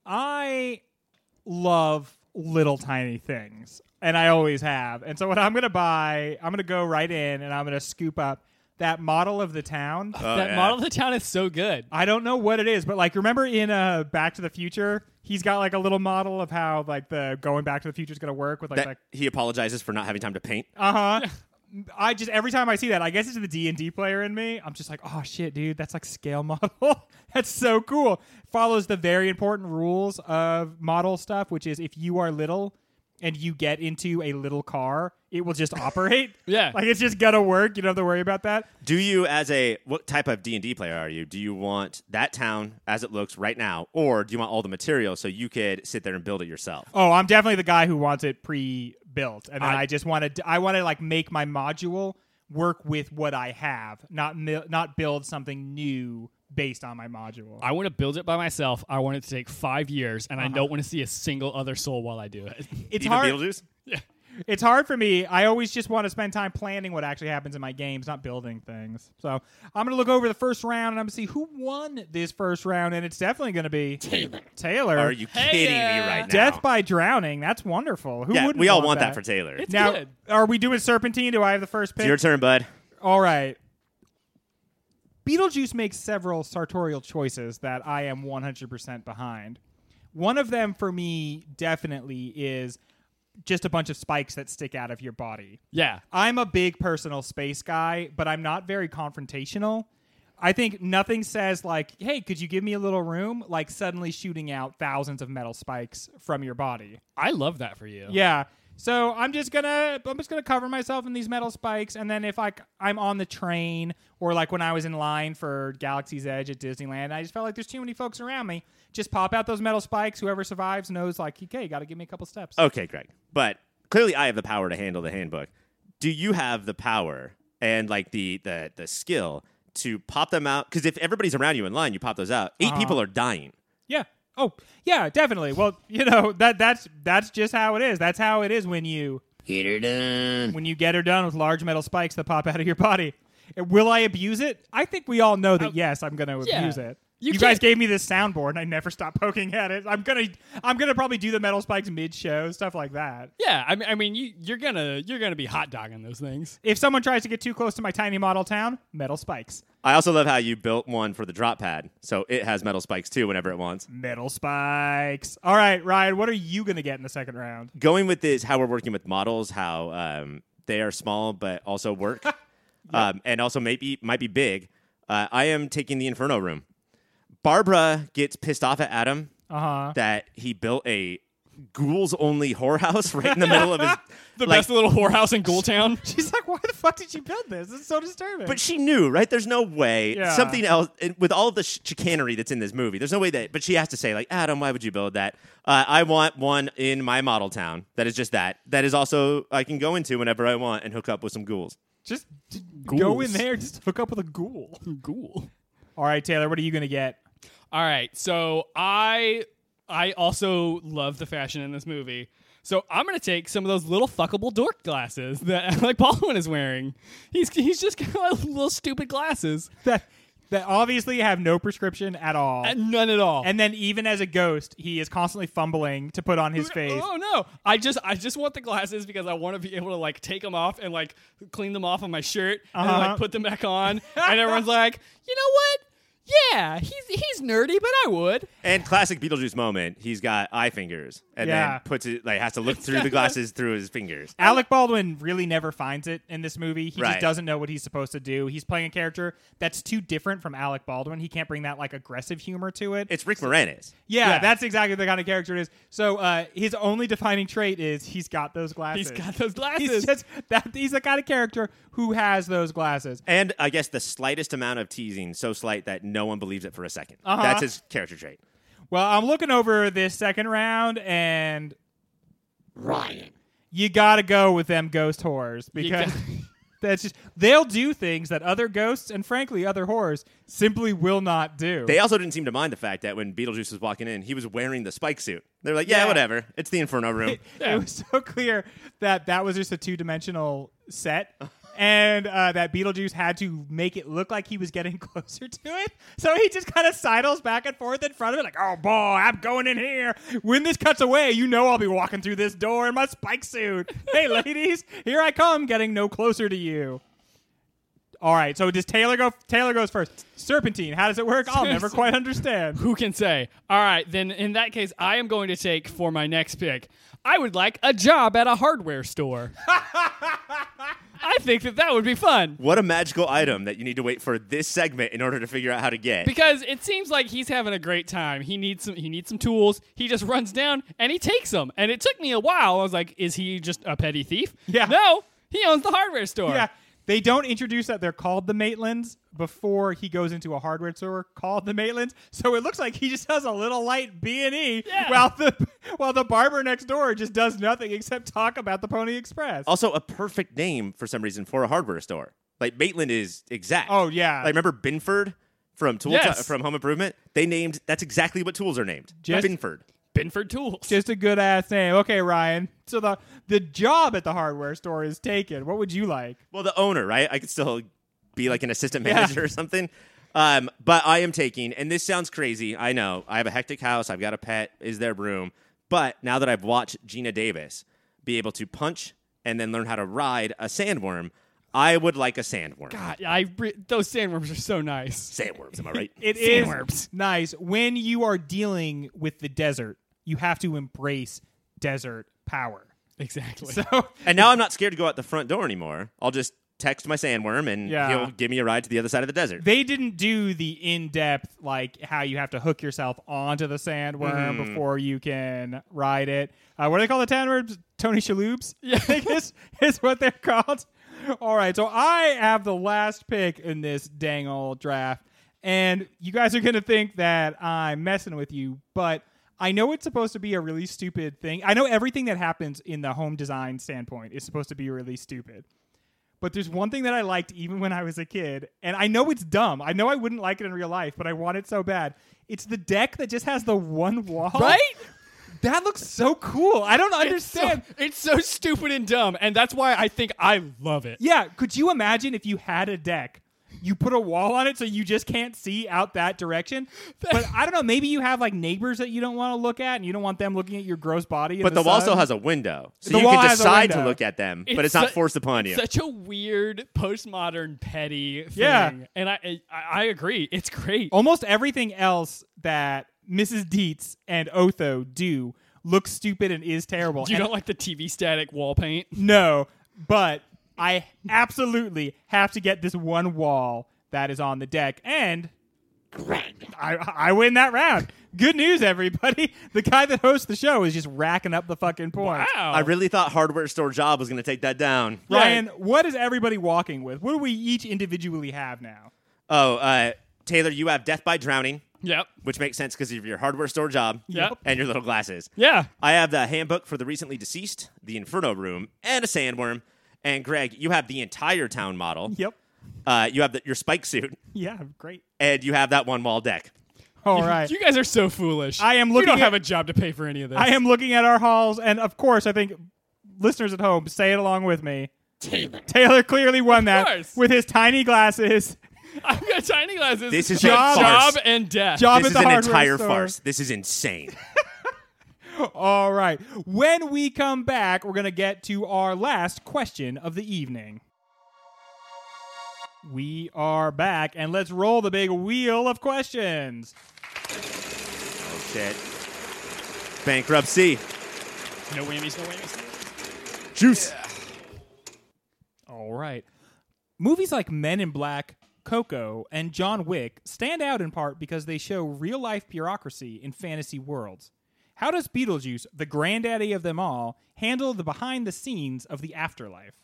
A: I love little tiny things, and I always have. And so, what I'm going to buy, I'm going to go right in and I'm going to scoop up that model of the town.
C: that
B: yeah.
C: model of the town is so good.
A: I don't know what it is, but like remember in uh Back to the Future, he's got like a little model of how like the going back to the future is going to work with like,
B: That, he apologizes for not having time to paint.
A: uh huh. I just every time I see that, I guess it's the D and D player in me. I'm just like, oh shit, dude, that's like scale [laughs] model. that's so cool. Follows the very important rules of model stuff, which is if you are little and you get into a little car, it will just operate.
C: Yeah.
A: like it's just gonna work. You don't have to worry about that.
B: Do you, as a what type of D and D player are you? Do you want that town as it looks right now, or do you want all the material so you could sit there and build it yourself?
A: Oh, I'm definitely the guy who wants it pre-built, and then I, just want to. I want to like make my module work with what I have, not mil- not build something new based on my module.
C: I want to build it by myself. I want it to take five years, and I don't want to see a single other soul while I do it. [laughs]
A: it's
B: Even
A: hard.
B: [laughs] Beetlejuice?
A: It's hard for me. I always just want to spend time planning what actually happens in my games, not building things. So I'm going to look over the first round and I'm going to see who won this first round, and it's definitely going to be Taylor. Taylor.
B: Are you kidding me right now?
A: uh, Death by drowning. That's wonderful. Who
B: Yeah,
A: wouldn't?
B: we all
A: want
B: want that for Taylor. It's
A: Now,
C: good.
A: are we doing Serpentine? Do I have the first pick?
B: your turn, bud.
A: All right. Beetlejuice makes several sartorial choices that I am 100% behind. One of them for me definitely is just a bunch of spikes that stick out of your body.
C: yeah.
A: I'm a big personal space guy, but I'm not very confrontational. I think nothing says like, "Hey, could you give me a little room?" like suddenly shooting out thousands of metal spikes from your body.
C: I love that for you.
A: Yeah. So I'm just gonna I'm just gonna cover myself in these metal spikes, and then if like I'm on the train or like when I was in line for Galaxy's Edge at Disneyland, I just felt like there's too many folks around me. Just pop out those metal spikes. Whoever
B: Uh,
A: survives knows like, okay, you got to give me a couple steps.
B: Okay, Greg. But clearly, I have the power to handle the handbook. do you have the power and like the the the skill to pop them out? Because if everybody's around you in line, you pop those out. 8
A: Uh-huh.
B: people are dying.
A: Yeah. Oh, yeah, definitely. Well, [laughs] you know that that's that's just how it is. That's how it is when you
F: Get her done.
A: when you get her done with large metal spikes that pop out of your body. And will I abuse it? I think we all know that. yes, I'm going to
C: yeah.
A: abuse it.
C: You
A: You, guys
C: can't-
A: gave me this soundboard, and I never stopped poking at it. I'm gonna I'm gonna probably do the metal spikes mid show stuff like that.
C: Yeah, I mean, I mean, you, you're gonna you're gonna be hot dogging those things.
A: If someone tries to get too close to my tiny model town, metal spikes.
B: I also love how you built one for the drop pad, so it has metal spikes too whenever it wants.
A: Metal spikes. All right, Ryan, what are you going to get in the second round?
B: Going with this, how we're working with models, how um, they are small but also work, um, and also maybe might be big. Uh, I am taking the Inferno Room. Barbara gets pissed off at Adam
A: Uh huh.
B: that he built a ghouls only whorehouse [laughs] right in the middle of his
A: [laughs]
C: The
B: like,
C: best [laughs] little whorehouse in Ghoul Town.
A: She's like, why the fuck did you build this? It's so disturbing.
B: But she knew, right? There's no way
A: Yeah.
B: something else and with all the sh- chicanery that's in this movie. There's no way that. But she has to say, like, Adam, why would you build that? Uh, I want one in my model town that is just that. That is also I can go into whenever I want and hook up with some ghouls.
A: just d- go
C: Ghouls.
A: in there, just hook up with a ghoul.
C: [laughs] Ghoul.
A: All right, Taylor, what are you going to get?
C: All right, so I I also love the fashion in this movie. So I'm gonna take some of those little fuckable dork glasses that [laughs] like Baldwin is wearing. He's he's just got [laughs] little stupid glasses,
A: That that obviously have no prescription at all.
C: Uh, none at all.
A: and then even as a ghost, he is constantly fumbling to put on his face.
C: Oh no! I just I just want the glasses because I want to be able to like take them off and like clean them off on my shirt and then,
A: Uh-huh.
C: like put them
A: [laughs]
C: back on. and everyone's like, you know what? Yeah, he's he's nerdy, but I would.
B: And classic Beetlejuice moment. He's got eye fingers and
A: Yeah.
B: then puts it like has to look
A: [laughs]
B: through the glasses through his fingers.
A: Alec Baldwin really never finds it in this movie. He just
B: Right.
A: doesn't know what he's supposed to do. He's playing a character that's too different from Alec Baldwin. He can't bring that like aggressive humor to it.
B: It's Rick Moranis.
A: yeah,
C: Yeah.
A: that's exactly the kind of character it is. So uh, his only defining trait is he's got those glasses.
C: He's got those glasses.
A: He's just that. He's the kind of character who has those glasses.
B: And I guess the slightest amount of teasing, so slight that no one believes it for a 2nd
A: Uh-huh.
B: That's his character trait.
A: Well, I'm looking over this second round, and
I: Ryan.
A: you gotta go with them ghost horrors
C: You
A: because
C: got-
A: [laughs] that's just they'll do things that other ghosts and frankly other horrors simply will not do.
B: They also didn't seem to mind the fact that when Beetlejuice was walking in, he was wearing the spike suit. They're like, yeah,
A: Yeah.
B: whatever. It's the Inferno Room.
A: [laughs] It was so clear that that was just a two dimensional set. And uh, that Beetlejuice had to make it look like he was getting [laughs] closer to it. So he just kind of sidles back and forth in front of it, like, oh boy, I'm going in here. When this cuts away, you know I'll be walking through this door in my spike suit. hey, [laughs] ladies, here I come, getting no closer to you. All right, so does Taylor go? Taylor goes first. Serpentine, how does it work? I'll never quite understand.
C: Who can say? All right, then in that case, I am going to take for my next pick. I would like a job at a
A: [laughs]
C: hardware store. I think that that would be fun.
B: What a magical item that you need to wait for this segment in order to figure out how to get.
C: Because it seems like he's having a great time. He needs some. He needs some tools. He just runs down and he takes them. And it took me a while. I was like, "Is he just a petty thief?"
A: Yeah.
C: No, he owns the hardware store.
A: Yeah. They don't introduce that they're called the Maitlands before he goes into a hardware store called the Maitlands. So it looks like he just has a little light B and E
C: Yeah.
A: while the while the barber next door just does nothing except talk about the Pony Express.
B: also, a perfect name for some reason for a hardware store. Like Maitland is exact.
A: Oh, yeah.
B: Like remember Binford from Tool
C: Yes.
B: from Home Improvement? They named that's exactly what tools are named.
A: Just-
B: Binford.
C: Binford Tools.
A: Just a good ass name. Okay, Ryan. So the the job at the hardware store is taken. What would you like?
B: Well, the owner, right? I could still be like an assistant manager or something. Um, but I am taking, and this sounds crazy. I know. I have a hectic house. I've got a pet. Is there room? But now that I've watched Gina Davis be able to punch and then learn how to ride a sandworm, I would like a sandworm.
C: God, I re- those sandworms are so nice.
B: Sandworms, am I right?
A: [laughs] It is
C: Sandworms.
A: nice when you are dealing with the desert. You have to embrace desert power.
C: Exactly.
A: So
B: and now I'm not scared to go out the front door anymore. I'll just text my sandworm and
A: Yeah.
B: he'll give me a ride to the other side of the desert.
A: they didn't do the in-depth like how you have to hook yourself onto the sandworm before you can ride it uh, what do they call the sandworms tony shaloobs yeah. i guess is what they're [laughs] called all right so i have the last pick in this dang old draft and you guys are gonna think that i'm messing with you but I know it's supposed to be a really stupid thing. I know everything that happens in the home design standpoint is supposed to be really stupid. But there's one thing that I liked even when I was a kid, and I know it's dumb. I know I wouldn't like it in real life, but I want it so bad. It's the deck that just has the one wall.
C: Right?
A: [laughs] That looks so cool. I don't understand.
C: Understand? It's so, stupid and dumb, and that's why I think I love it.
A: Yeah, could you imagine if you had a deck? You put a wall on it so you just can't see out that direction. But I don't know, maybe you have like neighbors that you don't want to look at and you don't want them looking at your gross body. in
B: But the, wall
A: sun.
B: still has a window, so
A: The
B: you
A: wall
B: can
A: has a
B: decide to
A: window.
B: look at them, but it's not
C: su-
B: forced upon you.
C: Such a weird postmodern petty thing.
A: Yeah. Oh
C: And I, I I agree. It's great.
A: almost everything else that Mrs. Dietz and Otho do looks stupid and is terrible.
C: you
A: And
C: don't like the TV static wall paint?
A: No, but I absolutely have to get this one wall that is on the deck, and
I: Greg.
A: I I win that round. Good news, everybody! [laughs] The guy that hosts the show is just racking up the fucking points.
C: Wow.
B: I really thought hardware store job was going to take that down.
A: Ryan, what is everybody walking with? What do we each individually have now?
B: Oh, uh, Taylor, you have death by drowning,
C: Yep.
B: which makes sense because of your hardware store job
C: Yep.
B: and your little glasses.
C: Yeah.
B: I have the handbook for the recently deceased, the Inferno Room, and a sandworm. And Greg, you have the entire town model.
A: Yep.
B: Uh, you have the, your spike suit,
A: Yeah, great.
B: and you have that one wall deck.
A: All right.
C: [laughs] You guys are so foolish.
A: I am
C: You
A: looking
C: don't
A: at-
C: have a job to pay for any of this.
A: I am looking at our halls, and of course, I think listeners at home, say it along with me.
I: Taylor.
A: Taylor clearly won that
C: course.
A: with his tiny glasses.
C: [laughs] I've got tiny glasses.
B: This is
C: job,
B: a farce.
C: job and death.
A: Job at
B: this is
A: the
B: an
A: hardware
B: entire
A: store.
B: farce. This is insane.
A: [laughs] All right. When we come back, we're going to get to our last question of the evening. We are back, and let's roll the big wheel of questions.
B: oh shit! Bankruptcy
C: No whammies, no whammies.
B: juice.
A: All right. Movies like Men in Black, Coco, and John Wick stand out in part because they show real life bureaucracy in fantasy worlds. How does Beetlejuice, the granddaddy of them all, handle the behind the scenes of the afterlife?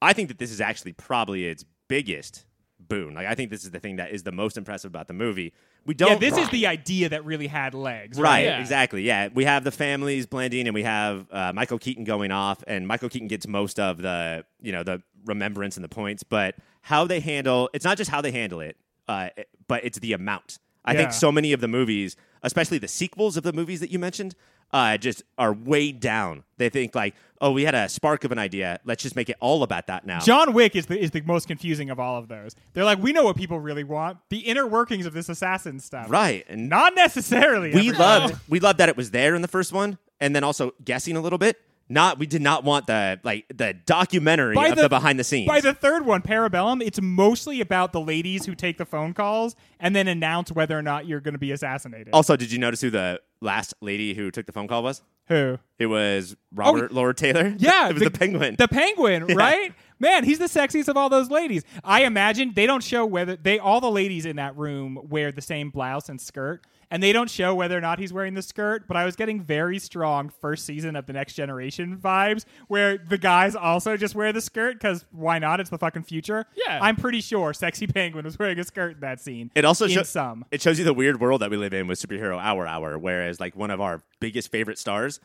B: I think that this is actually probably its biggest boon. Like I think this is the thing that is the most impressive about the movie. We don't.
A: Yeah, this is the idea that really had legs. Right.
B: Right,
C: Yeah.
B: exactly. Yeah, we have the families blending, and we have uh, Michael Keaton going off, and Michael Keaton gets most of the you know the remembrance and the points. But how they handle it's not just how they handle it, uh, it- but it's the amount. I
A: Yeah.
B: think so many of the movies, especially the sequels of the movies that you mentioned, uh, just are weighed down. They think like, oh, we had a spark of an idea. Let's just make it all about that now.
A: John Wick is the is the most confusing of all of those. They're like, we know what people really want, the inner workings of this assassin stuff.
B: right, and
A: Not necessarily.
B: we
A: everybody.
B: loved we loved that it was there in the first one, and then also guessing a little bit. Not we did not want the like the documentary of the, behind the scenes.
A: By the third one, Parabellum, it's mostly about the ladies who take the phone calls and then announce whether or not you're going to be assassinated.
B: also, did you notice who the last lady who took the phone call was?
A: who?
B: It was Robert
A: [laughs]
B: Lord [laughs] Taylor.
A: Oh, Yeah,
B: it was the, penguin.
A: The
B: [laughs]
A: penguin, right? Man, he's the sexiest of all those ladies. I imagine they don't show whether they all the ladies in that room wear the same blouse and skirt, and they don't show whether or not he's wearing the skirt. But I was getting very strong first season of the Next Generation vibes, where the guys also just wear the skirt because why not? It's the fucking future.
C: Yeah.
A: I'm pretty sure sexy penguin was wearing a skirt in that scene.
B: it also
A: in
B: shows
A: some.
B: it shows you the weird world that we live in with superhero hour hour. Whereas like one of our biggest favorite stars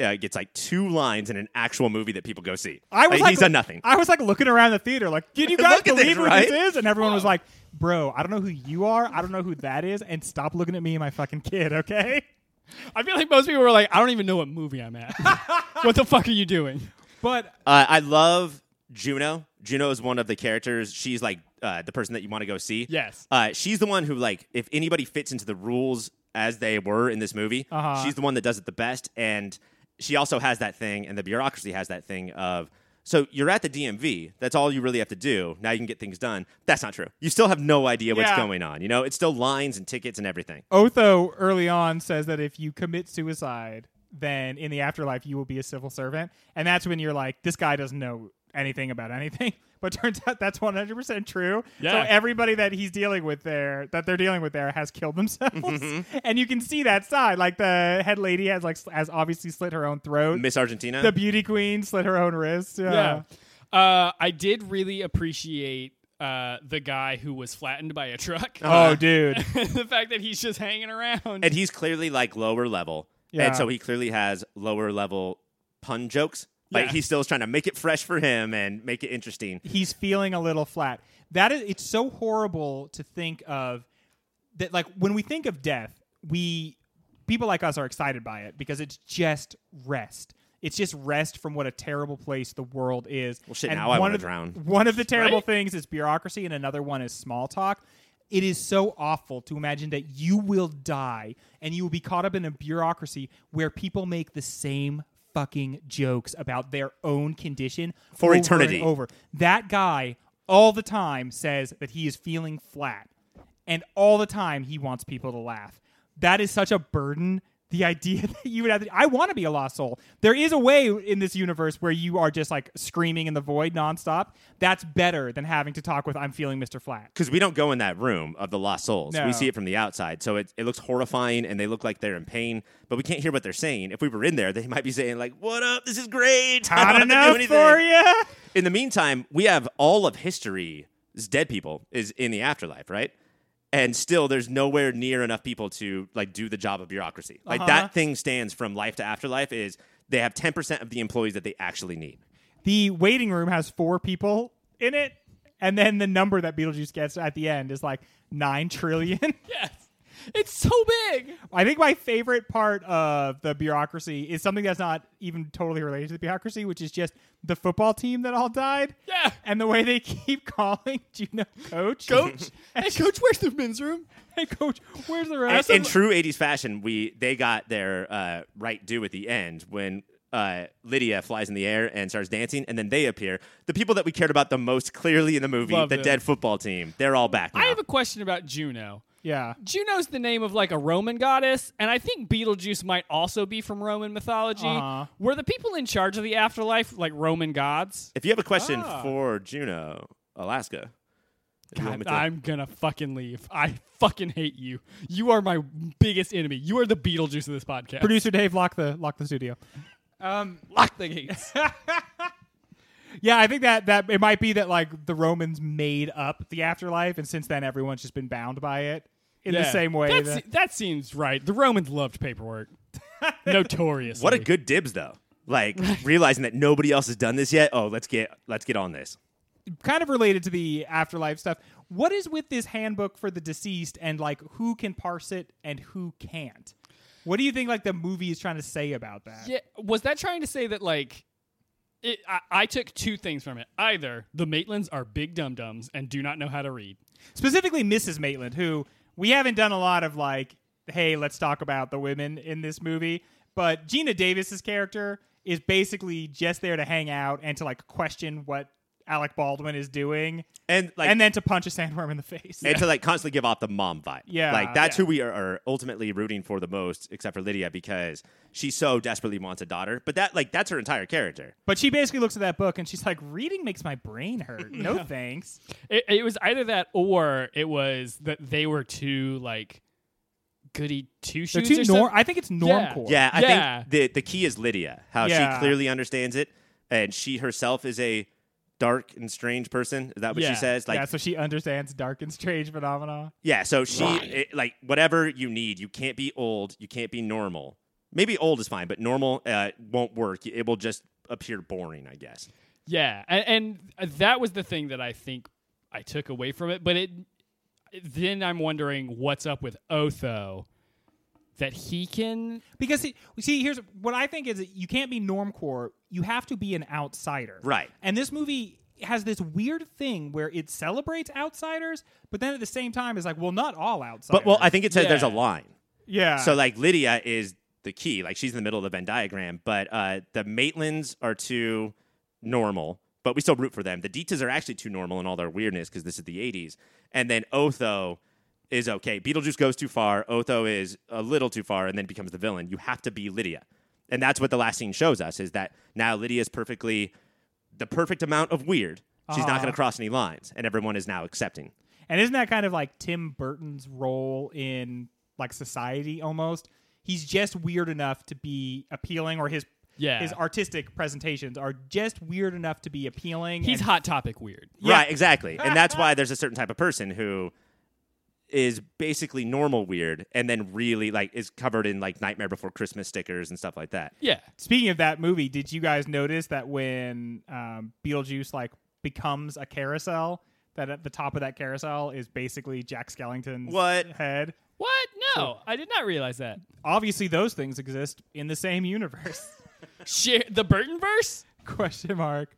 B: uh, gets like two lines in an actual movie that people go see.
A: I was like,
B: he's done nothing.
A: I was like looking around the theater, like, "Did you guys
B: [laughs] Look at this,
A: believe who
B: right?
A: this is?" And everyone was like, "Bro, I don't know who you are. I don't know who that is." And stop looking at me and my fucking kid, okay?
B: [laughs]
C: I feel like most people were like, I don't even know what movie I'm at. [laughs] what the fuck are you doing?
A: But
B: Uh, I love Juno. Juno is one of the characters. She's like uh, the person that you want to go see.
C: Yes.
B: Uh, she's the one who, like, if anybody fits into the rules as they were in this movie,
A: Uh-huh.
B: she's the one that does it the best. And she also has that thing, and the bureaucracy has that thing of. So you're at the DMV. That's all you really have to do. Now you can get things done. That's not true. You still have no idea what's
A: Yeah.
B: going on. You know, it's still lines and tickets and everything.
A: Otho early on says that if you commit suicide, then in the afterlife you will be a civil servant, and that's when you're like, "This guy doesn't know anything about anything." [laughs] But turns out that's 100 percent true. So
C: Yeah.
A: everybody that he's dealing with there, that they're dealing with there, has killed themselves, [laughs] and you can see that side. Like the head lady has like sl- has obviously slit her own throat.
B: Miss Argentina.
A: the beauty queen slit her own wrist. Yeah.
C: Yeah. Uh, I did really appreciate uh, the guy who was flattened by a truck.
A: Oh, dude.
C: [laughs] the fact that he's just hanging around.
B: Uh-huh. and he's clearly like lower level,
A: Yeah.
B: and so he clearly has lower level pun jokes. Like
A: Yeah.
B: he still is trying to make it fresh for him and make it interesting.
A: he's feeling a little flat. That is, it's so horrible to think of that. Like when we think of death, we people like us are excited by it because it's just rest. It's just rest from what a terrible place the world is. Well,
B: shit, now I wanna
A: of,
B: drown.
A: One of the terrible
C: Right?
A: things is bureaucracy, and another one is small talk. It is so awful to imagine that you will die and you will be caught up in a bureaucracy where people make the same fucking jokes about their own condition
B: For
A: over and
B: eternity.
A: over. That guy all the time says that he is feeling flat, and all the time he wants people to laugh. That is such a burden. The [laughs] idea that you would have to, I want to be a lost soul. There is a way in this universe where you are just like screaming in the void nonstop. That's better than having to talk with I'm feeling Mr. Flat.
B: Because we don't go in that room of the lost souls.
A: No.
B: We see it from the outside. So it, it looks horrifying and they look like they're in pain, but we can't hear what they're saying. If we were in there, they might be saying, like, what up? This is great. [laughs] I
A: Not
B: don't have
A: enough
B: to do
A: for
B: anything."
A: you.
B: In the meantime, we have all of history's dead people is in the afterlife, right? And still, there's nowhere near enough people to like do the job of bureaucracy. Like that thing stands from life to afterlife is they have 10% of the employees that they actually need.
A: The waiting room has four people in it, and then the number that Beetlejuice gets at the end is like nine trillion. [laughs]
C: Yes. It's so big.
A: I think my favorite part of the bureaucracy is something that's not even totally related to the bureaucracy, which is just the football team that all died.
C: Yeah.
A: And the way they [laughs] keep calling Gino coach. [laughs]
C: Coach. hey, coach, where's the men's room?
A: hey, coach, where's the
B: in,
A: rest?
B: in true 80s fashion, we they got their uh, right due at the end when uh, Lydia flies in the air and starts dancing, and then they appear. The people that we cared about the most clearly in the movie,
C: Love
B: the
C: them.
B: dead football team, they're all back now.
C: I have a question about Juno.
A: [laughs] yeah.
C: Juno's the name of like a Roman goddess, and I think Beetlejuice might also be from Roman mythology.
A: Uh-huh.
C: Were the people in charge of the afterlife like Roman gods?
B: if you have a question
A: Ah.
B: for Juno, Alaska, if you want me
C: God,
B: to-
C: I'm gonna fucking leave. I fucking hate you. You are my biggest enemy. You are the Beetlejuice of this podcast.
A: Producer Dave, lock the lock the studio.
C: Lock the gates.
A: Yeah, I think that that it might be that like the Romans made up the afterlife, and since then everyone's just been bound by it in the
C: Yeah.
A: same way.
C: That,
A: that-
C: se- that seems right. The Romans loved paperwork. Notorious.
B: what a good dibs though. Like realizing that nobody else has done this yet. Oh, let's get let's get on this.
A: kind of related to the afterlife stuff. What is with this handbook for the deceased and like who can parse it and who can't? What do you think like the movie is trying to say about that?
C: Yeah, was that trying to say that like it, I, I took two things from it. Either the Maitlands are big dum dums and do not know how to read.
A: Specifically Mrs. Maitland, who we haven't done a lot of like, hey, let's talk about the women in this movie, but Gina Davis's character is basically just there to hang out and to like question what Alec Baldwin is doing
B: And like
A: and then to punch a sandworm in the face.
B: and to like constantly give off the mom vibe.
A: Yeah.
B: like that's
A: Yeah.
B: who we are, are ultimately rooting for the most, except for Lydia because she so desperately wants a daughter. But that like that's her entire character.
A: But she basically looks at that book and she's like, reading makes my brain
B: [laughs]
A: hurt. No thanks.
C: It, it was either that or it was that they were too like goody two
A: They're
C: shoes.
A: too norm. I think it's normcore.
B: Yeah, I
C: Yeah.
B: think the the key is Lydia, how
A: Yeah.
B: she clearly understands it, and she herself is a dark and strange person. Is that what
C: Yeah.
B: she says? Like,
A: yeah. So she understands dark and strange phenomena.
B: yeah, so she
I: Right.
B: it- like whatever you need. You can't be old. You can't be normal. Maybe old is fine, but normal uh, won't work. It will just appear boring, I guess.
C: Yeah, and, and that was the thing that I think I took away from it. But it then I'm wondering what's up with Otho that he can.
A: Because see, see, here's what I think is that you can't be normcore. You have to be an outsider.
B: Right.
A: And this movie has this weird thing where it celebrates outsiders, but then at the same time is like, well, not all outsiders.
B: But well, I think it says there's a
C: Yeah.
B: line.
A: yeah.
B: So like Lydia is the key. Like she's in the middle of the Venn diagram, but uh, the Maitlands are too normal, but we still root for them. The Ditas are actually too normal in all their weirdness because this is the 80s. And then Otho is okay. Beetlejuice goes too far. Otho is a little too far and then becomes the villain. You have to be Lydia. And that's what the last scene shows us is that now Lydia is perfectly the perfect amount of weird. She's not going to cross any lines, and everyone is now accepting.
A: And isn't that kind of like Tim Burton's role in like society almost? He's just weird enough to be appealing, or his
C: Yeah.
A: his artistic presentations are just weird enough to be appealing.
C: He's
A: and-
C: hot topic weird.
B: Right, exactly. And that's why there's a certain type of person who is basically normal weird and then really like is covered in like Nightmare Before Christmas stickers and stuff like that.
C: Yeah.
A: Speaking of that movie, did you guys notice that when um, Beetlejuice like becomes a carousel, that at the top of that carousel is basically Jack Skellington's
B: What?
A: head?
C: What? No, I did not realize that.
A: Obviously, those things exist in the same
B: [laughs]
A: universe.
C: Share the Burton verse?
A: Question mark.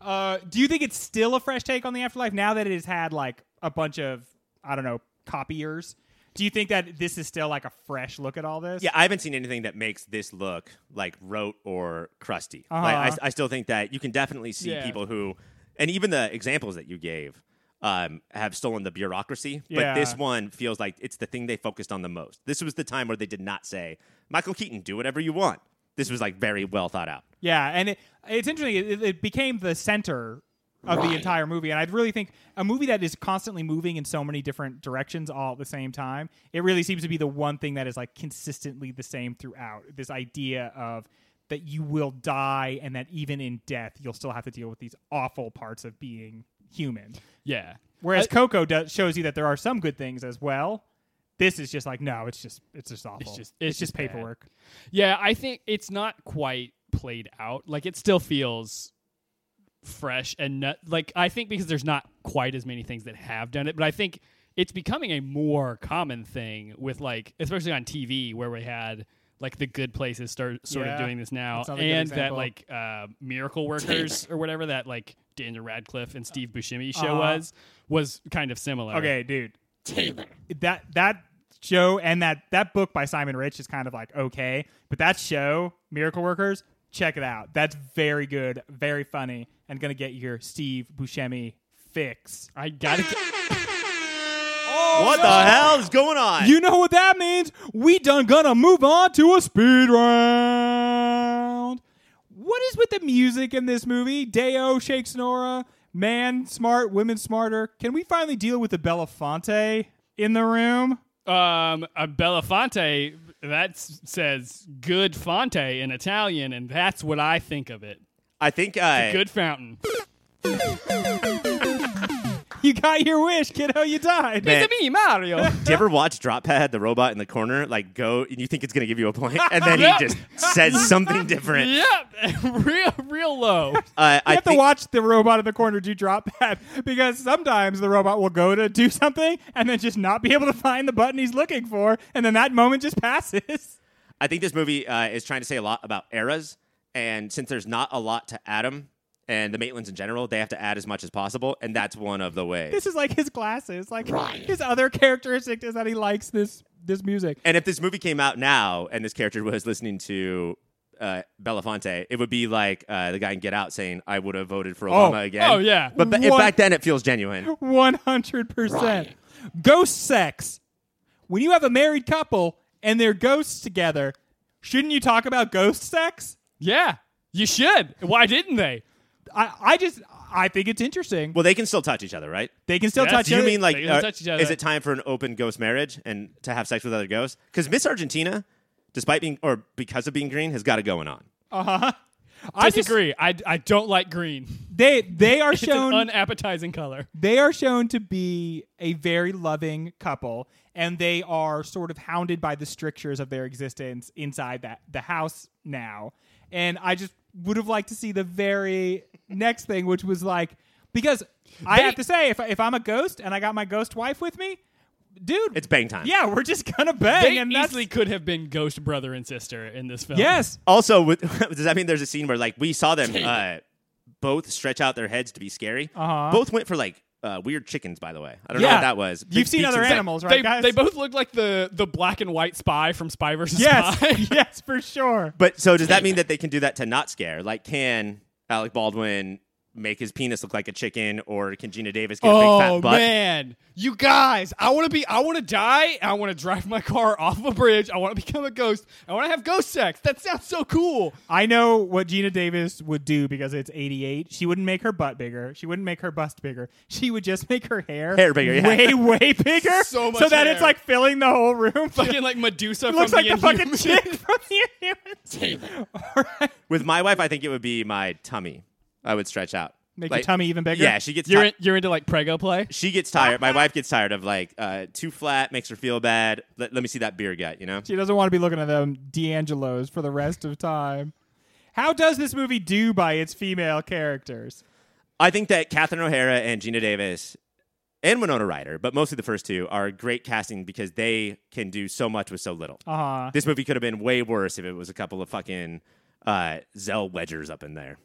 A: Uh, do you think it's still a fresh take on the afterlife now that it has had like a bunch of I don't know copiers? Do you think that this is still like a fresh look at all this?
B: Yeah, I haven't seen anything that makes this look like rote or crusty.
A: Uh-huh.
B: Like, I, I still think that you can definitely see
C: Yeah.
B: people who, and even the examples that you gave, um, have stolen the bureaucracy. But this
A: Yeah.
B: one feels like it's the thing they focused on the most. This was the time where they did not say, Michael Keaton, do whatever you want. This was like very well thought out.
A: Yeah, and it, it's interesting. It, it became the center of the entire movie, and I really think a movie that is constantly moving in so many different directions all at the same time, it really seems to be the one thing that is like consistently the same throughout. This idea of that you will die, and that even in death, you'll still have to deal with these awful parts of being human.
C: Yeah.
A: Whereas
C: I-
A: Coco does, shows you that there are some good things as well. This is just like no, it's just it's just awful.
C: just- it's
A: just
C: just bad.
A: paperwork.
C: Yeah, I think it's not quite played out. Like it still feels fresh and nut- like I think because there's not quite as many things that have done it, but I think it's becoming a more common thing with like especially on TV where we had like the good places start sort of
A: Yeah,
C: doing this now
A: that's another good
C: and that
A: example.
C: like uh, miracle workers or whatever that like Daniel Radcliffe and Steve Buscemi show
A: Uh-huh.
C: was was kind of similar.
A: Okay, dude,
I: Taylor.
A: that that show and that that book by Simon Rich is kind of like okay, but that show Miracle Workers, check it out. That's very good, very funny, and gonna get your Steve Buscemi fix.
C: I got it.
B: what the hell is going on?
A: You know what that means? We done gonna move on to a speed round. What is with the music in this movie? Deo shakes Nora. Man smart, women smarter. Can we finally deal with the Belafonte in the room?
C: Um, a Belafonte that s- says good fonte in Italian, and that's what I think of it.
B: I think uh,
C: Good fountain.
A: You got your wish, kiddo. You died.
B: Man.
C: It's me, Mario.
B: Do you ever watch Drop Pad, the robot in the corner, like go and you think it's gonna give you a point, and then he
C: Yep.
B: just says something different?
C: [laughs] yep, [laughs] real, real low.
B: Uh, I
A: You have to
B: think-
A: watch the robot in the corner do drop pad [laughs] because sometimes the robot will go to do something and then just not be able to find the button he's looking for, and then that moment just passes. [laughs]
B: I think this movie uh, is trying to say a lot about eras, and since there's not a lot to Adam and the Maitlands in general, they have to add as much as possible, and that's one of the ways.
A: This is like his glasses. Like
I: Right.
A: his other characteristic is that he likes this this music.
B: and if this movie came out now, and this character was listening to. Uh, Belafonte, it would be like uh, the guy in Get Out saying, "I would have voted for Obama again."
C: oh, yeah.
B: but ba-
A: What?
B: back then it feels genuine.
A: One hundred percent. Ghost sex. When you have a married couple and they're ghosts together, shouldn't you talk about ghost sex?
C: yeah, you should. Why didn't they?
A: I, I just I think it's interesting.
B: Well, they can still touch each other, right?
A: They can still
C: Yes,
A: touch.
B: Do you
A: it.
B: mean like uh,
C: They don't touch each other.
B: is it time for an open ghost marriage and to have sex with other ghosts? Because Miss Argentina, despite being or because of being green, has got it going on.
A: [laughs] Uh-huh. I just-
C: Disagree. I, I don't like green.
A: they they are
C: It's an
A: shown
C: unappetizing color.
A: they are shown to be a very loving couple and they are sort of hounded by the strictures of their existence inside that the house now and i just would have liked to see the very next thing which was like because i
C: They-
A: have to say if, I- if i'm a ghost and i got my ghost wife with me dude
B: It's bang time.
A: yeah we're just gonna bang
C: They
A: and that's-
C: easily could have been ghost brother and sister in this film.
A: yes
B: Also, with, [laughs] does that mean there's a scene where like we saw them uh, both stretch out their heads to be scary?
A: Uh-huh.
B: Both went for like uh, weird chickens, by the way. I don't know
A: Yeah.
B: what that was. Big
A: you've seen
B: beaks
A: other
B: and stuff.
A: animals right
C: They,
A: guys
C: they both look like the, the black and white spy from Spy versus
A: yes
C: Spy. [laughs]
A: [laughs] yes for sure
B: But so does that mean that they can do that to not scare? Like, can Alec Baldwin make his penis look like a chicken, or can Gina Davis get a
A: Oh,
B: big fat butt?
C: Oh, man, you guys! I want to be. I want to die. I want to drive my car off a bridge. I want to become a ghost. I want to have ghost sex. That sounds so cool.
A: I know what Gina Davis would do because it's 88. She wouldn't make her butt bigger. She wouldn't make her bust bigger. She would just make her hair,
B: Hair bigger, yeah.
A: way, way bigger.
C: [laughs] So much
A: that
C: hair.
A: it's like filling the whole room.
C: Fucking like Medusa. [laughs]
A: it looks
C: from
A: like the fucking
C: Inhumans. [laughs]
A: chick from the Inhumans.
I: Taylor.
A: All right.
B: With my wife, I think it would be my tummy. I would stretch out.
A: Make
B: like,
A: your tummy even bigger.
B: Yeah, she gets
C: You're
B: ti-
C: in, you're into like prego play.
B: she gets tired. My wife gets tired of like uh, too flat, makes her feel bad. Let, let me see that beer gut, you know?
A: She doesn't want to be looking at them D'Angelo's for the rest of time. How does this movie do by its female characters?
B: I think that Catherine O'Hara and Gina Davis and Winona Ryder, but mostly the first two, are great casting because they can do so much with so little.
A: Uh huh.
B: This movie could have been way worse if it was a couple of fucking uh, Zell wedgers up in there.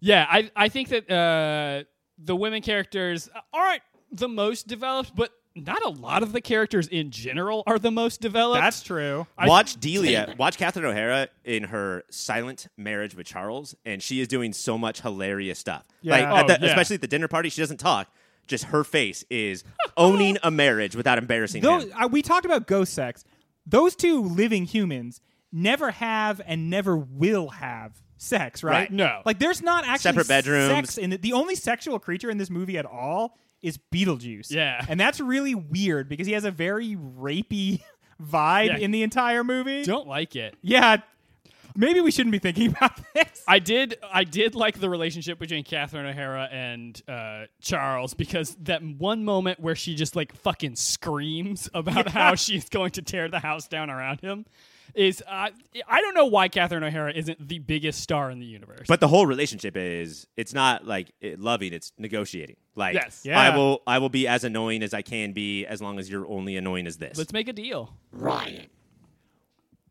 C: Yeah, I I think that uh, the women characters aren't the most developed, but not a lot of the characters in general are the most developed.
A: That's true. I,
B: watch Delia, watch Catherine O'Hara in her silent marriage with Charles, and she is doing so much hilarious stuff.
A: Yeah.
B: Like, at
C: Oh,
B: the,
C: yeah.
B: especially at the dinner party, she doesn't talk. Just her face is [laughs] owning a marriage without embarrassing
A: those,
B: him.
A: I, we talked about ghost sex. Those two living humans never have and never will have sex, right?
B: Right.
C: No.
A: Like, there's not actually
B: Separate bedrooms.
A: Sex in the, the only sexual creature in this movie at all is Beetlejuice.
C: Yeah.
A: and that's really weird because he has a very rapey [laughs] vibe
C: Yeah.
A: in the entire movie.
C: don't like it.
A: Yeah, maybe we shouldn't be thinking [laughs] about this.
C: I did. I did like the relationship between Catherine O'Hara and uh, Charles because that one moment where she just like fucking screams about how she's going to tear the house down around him is. Uh, I don't know why Catherine O'Hara isn't the biggest star in the universe.
B: But the whole relationship is it's not like it, loving, it's negotiating. Like
C: Yes.
A: Yeah.
B: I will I will be as annoying as I can be as long as you're only annoying as this.
C: let's make a deal.
I: Ryan.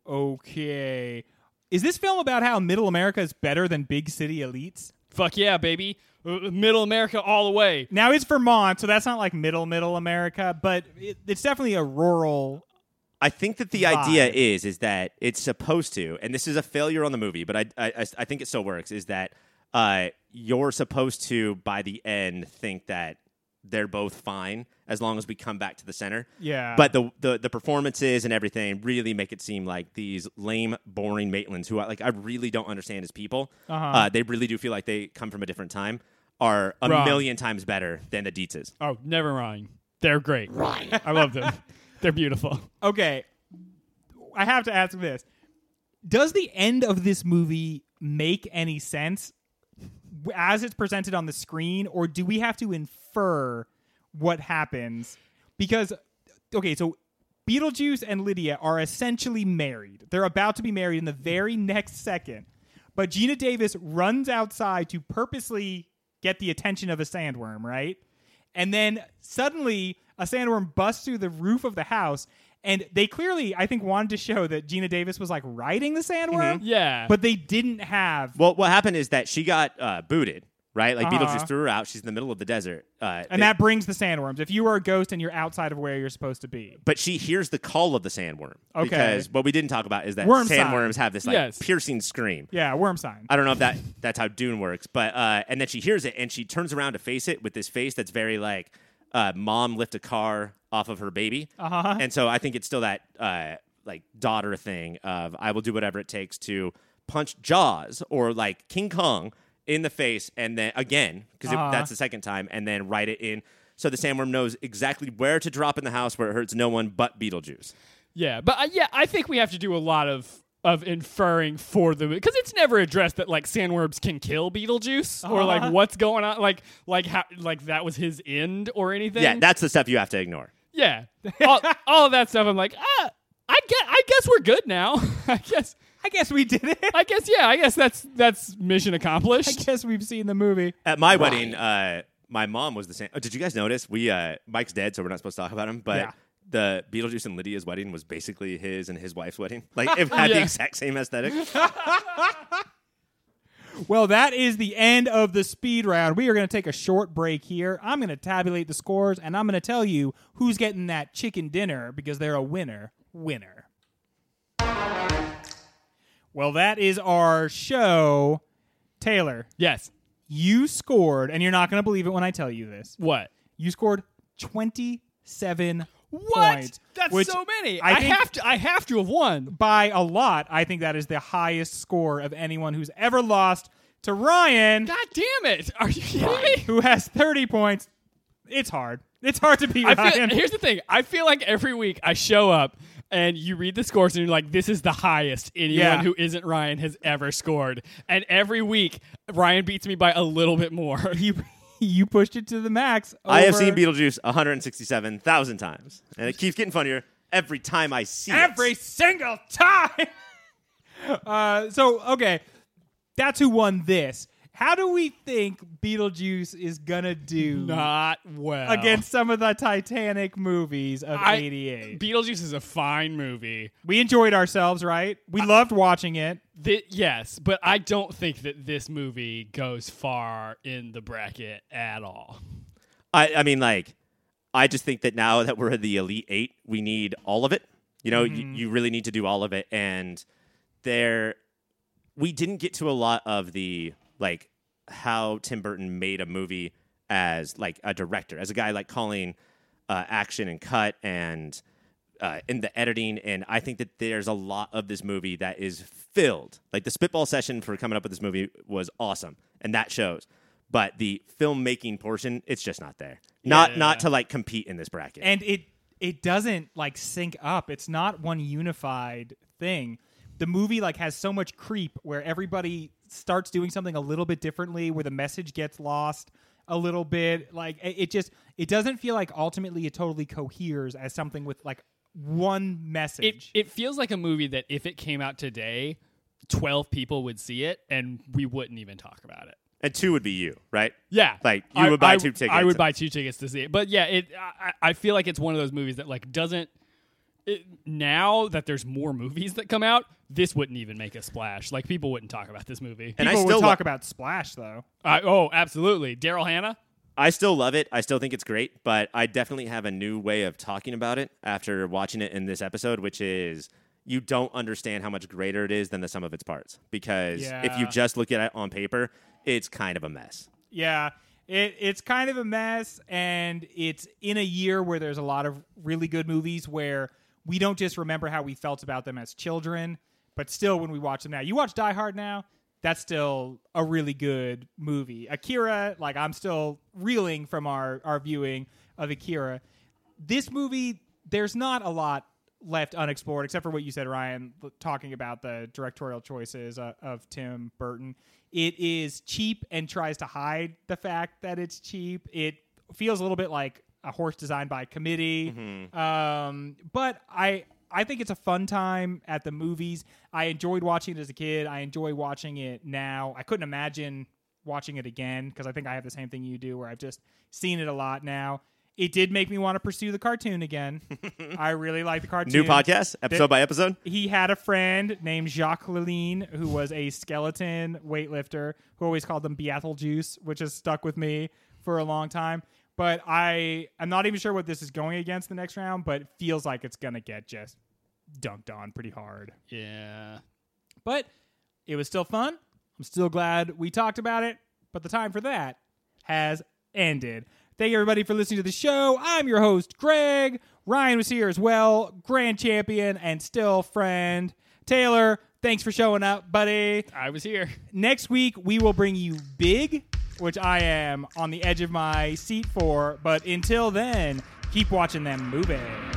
A: Okay. Is this film about how middle America is better than big city elites?
C: Fuck yeah, baby! Uh, Middle America all the way.
A: Now it's Vermont, so that's not like middle middle America, but it, it's definitely a rural.
B: I think that the
A: Vibe.
B: idea is is that it's supposed to, and this is a failure on the movie, but I I, I- I think it still works. Is that uh, you're supposed to by the end think that they're both fine as long as we come back to the center.
A: Yeah.
B: But the the, the performances and everything really make it seem like these lame, boring Maitlands, who I, like I really don't understand as people. uh
A: Uh-huh.
B: they really do feel like they come from a different time. Are a
C: Wrong.
B: million times better than the Dietzes.
C: Oh, never mind. They're great.
I: Ryan.
C: I love them. They're beautiful.
A: Okay. I have to ask this. Does the end of this movie make any sense w- as it's presented on the screen, or do we have to infer what happens? Because, okay, so Beetlejuice and Lydia are essentially married. They're about to be married in the very next second. But Gina Davis runs outside to purposely get the attention of a sandworm, right? And then suddenly a sandworm busts through the roof of the house. And they clearly, I think, wanted to show that Gina Davis was like riding the sandworm.
C: Yeah.
A: But they didn't have
B: Well, what happened is that she got uh, booted, right? Like
A: Uh-huh.
B: Beetlejuice threw her out. She's in the middle of the desert, uh,
A: And that brings the sandworms. If you are a ghost and you're outside of where you're supposed to be,
B: but she hears the call of the sandworm.
A: Okay.
B: Because what we didn't talk about is that
A: Worm sign.
B: sandworms have this like
C: Yes.
B: piercing scream.
A: yeah, worm sign.
B: I don't know if that that's how Dune works, but uh, and then she hears it and she turns around to face it with this face that's very like uh, mom lift a car off of her baby, uh-huh. and so I think it's still that uh, like daughter thing of I will do whatever it takes to punch Jaws or like King Kong in the face, and then again because
A: Uh-huh.
B: that's the second time, and then write it in. So the sandworm knows exactly where to drop in the house where it hurts no one but Beetlejuice.
C: Yeah, but uh, yeah, I think we have to do a lot of of inferring for the because it's never addressed that like sandworms can kill Beetlejuice or [laughs] like what's going on, like like how like that was his end or anything.
B: Yeah, that's the stuff you have to ignore.
C: yeah,
A: [laughs]
C: all, all of that stuff. I'm like, ah, I guess I guess we're good now. [laughs] I guess
A: I guess we did it.
C: I guess yeah, I guess that's that's
A: [laughs]
C: mission
A: I
C: accomplished.
A: guess we've seen the movie.
B: At my wedding, uh, my mom was the same. Oh, did you guys notice? We uh, Mike's dead, so we're not supposed to talk about him. But
A: Yeah.
B: the Beetlejuice and Lydia's wedding was basically his and his
A: [laughs]
B: wife's wedding. Like it had the
C: Yeah.
B: exact same aesthetic.
A: Well, that is the end of the speed round. We are going to take a short break here. I'm going to tabulate the scores and I'm going to tell you who's getting that chicken dinner because they're a winner. Winner. Well, that is our show. Taylor,
C: yes.
A: you scored, and you're not going to believe it when I tell you this.
C: What?
A: You scored 27
C: What?
A: points.
C: that's
A: which
C: so many.
A: I
C: I,
A: think-
C: have to. I have to have won.
A: By a lot, I think that is the highest score of anyone who's ever lost to Ryan,
C: God damn it! Are you kidding me?
A: who has 30 points. It's hard. It's hard to beat
C: I
A: Ryan.
C: feel, here's the thing. I feel like every week I show up and you read the scores and you're like, this is the highest anyone
A: Yeah.
C: who isn't Ryan has ever scored. And every week, Ryan beats me by a little bit more.
A: [laughs] You [laughs] you pushed it to the max.
B: I have
A: over
B: seen Beetlejuice 167,000 times, and it keeps getting funnier every time I see
A: every
B: it.
A: single time. [laughs] uh, so okay, that's who won this. How do we think Beetlejuice is gonna do
C: [laughs] Not well.
A: against some of the Titanic movies of
C: Oh. I-
A: '88?
C: Beetlejuice is a fine movie.
A: we enjoyed ourselves, right? We loved watching it.
C: Thi- yes, but I don't think that this movie goes far in the bracket at all.
B: I, I mean, like, I just think that now that we're in the Elite Eight, we need all of it. You know,
A: Mm-hmm.
B: you, you really need to do all of it. And there, we didn't get to a lot of the, like, how Tim Burton made a movie as, like, a director, as a guy, like, calling uh, action and cut and uh, in the editing. And I think that there's a lot of this movie that is filled. Like, the spitball session for coming up with this movie was awesome. And that shows. But the filmmaking portion, it's just not there. Not not to like compete in this bracket.
A: and it it doesn't like sync up it's not one unified thing the movie like has so much creep where everybody starts doing something a little bit differently where the message gets lost a little bit like it, it just it doesn't feel like ultimately it totally coheres as something with like one
C: It
A: message
C: it feels like a movie that if it came out today, 12 people would see it and we wouldn't even talk about it.
B: and two would be you, right?
C: Yeah,
B: Like, you would buy two tickets.
C: I would buy two tickets to see it, but yeah, it. I, I I feel like it's one of those movies that like doesn't. It, now that there's more movies that come out, this wouldn't even make a splash. Like people wouldn't talk about this movie.
B: And I
A: People
B: still
A: would talk
B: lo-
A: about splash though
C: I, oh, absolutely, Daryl Hannah.
B: I still love it. I still think it's great, but I definitely have a new way of talking about it after watching it in this episode, which is you don't understand how much greater it is than the sum of its parts. Because if you
A: Yeah.
B: just look at it on paper, it's kind of a mess.
A: Yeah. It, it's kind of a mess, and it's in a year where there's a lot of really good movies where we don't just remember how we felt about them as children, but still when we watch them now. You watch Die Hard now, that's still a really good movie. Akira, like I'm still reeling from our, our viewing of Akira. This movie, there's not a lot left unexplored, except for what you said, Ryan, l- talking about the directorial choices uh, of Tim Burton. It is cheap and tries to hide the fact that it's cheap. It feels a little bit like a horse designed by committee. Um, but I. I think it's a fun time at the movies. I enjoyed watching it as a kid. I enjoy watching it now. I couldn't imagine watching it again because I think I have the same thing you do where I've just seen it a lot now. It did make me want to pursue the cartoon
B: [laughs]
A: again. I really like the cartoon.
B: New podcast, episode by episode.
A: He had a friend named Jacques Laline who was a skeleton weightlifter who always called them Beetlejuice, which has stuck with me for a long time. But I I'm not even sure what this is going against the next round, but it feels like it's gonna get just dunked on pretty hard.
C: Yeah,
A: But it was still fun. I'm still glad we talked about it. But the time for that has ended. Thank you, everybody, for listening to the show. I'm your host, Greg. Ryan was here as well, grand champion and still friend. Taylor, thanks for showing up, buddy.
C: I was here.
A: Next week, we will bring you Big, which I am on the edge of my seat for. But until then, keep watching them movies.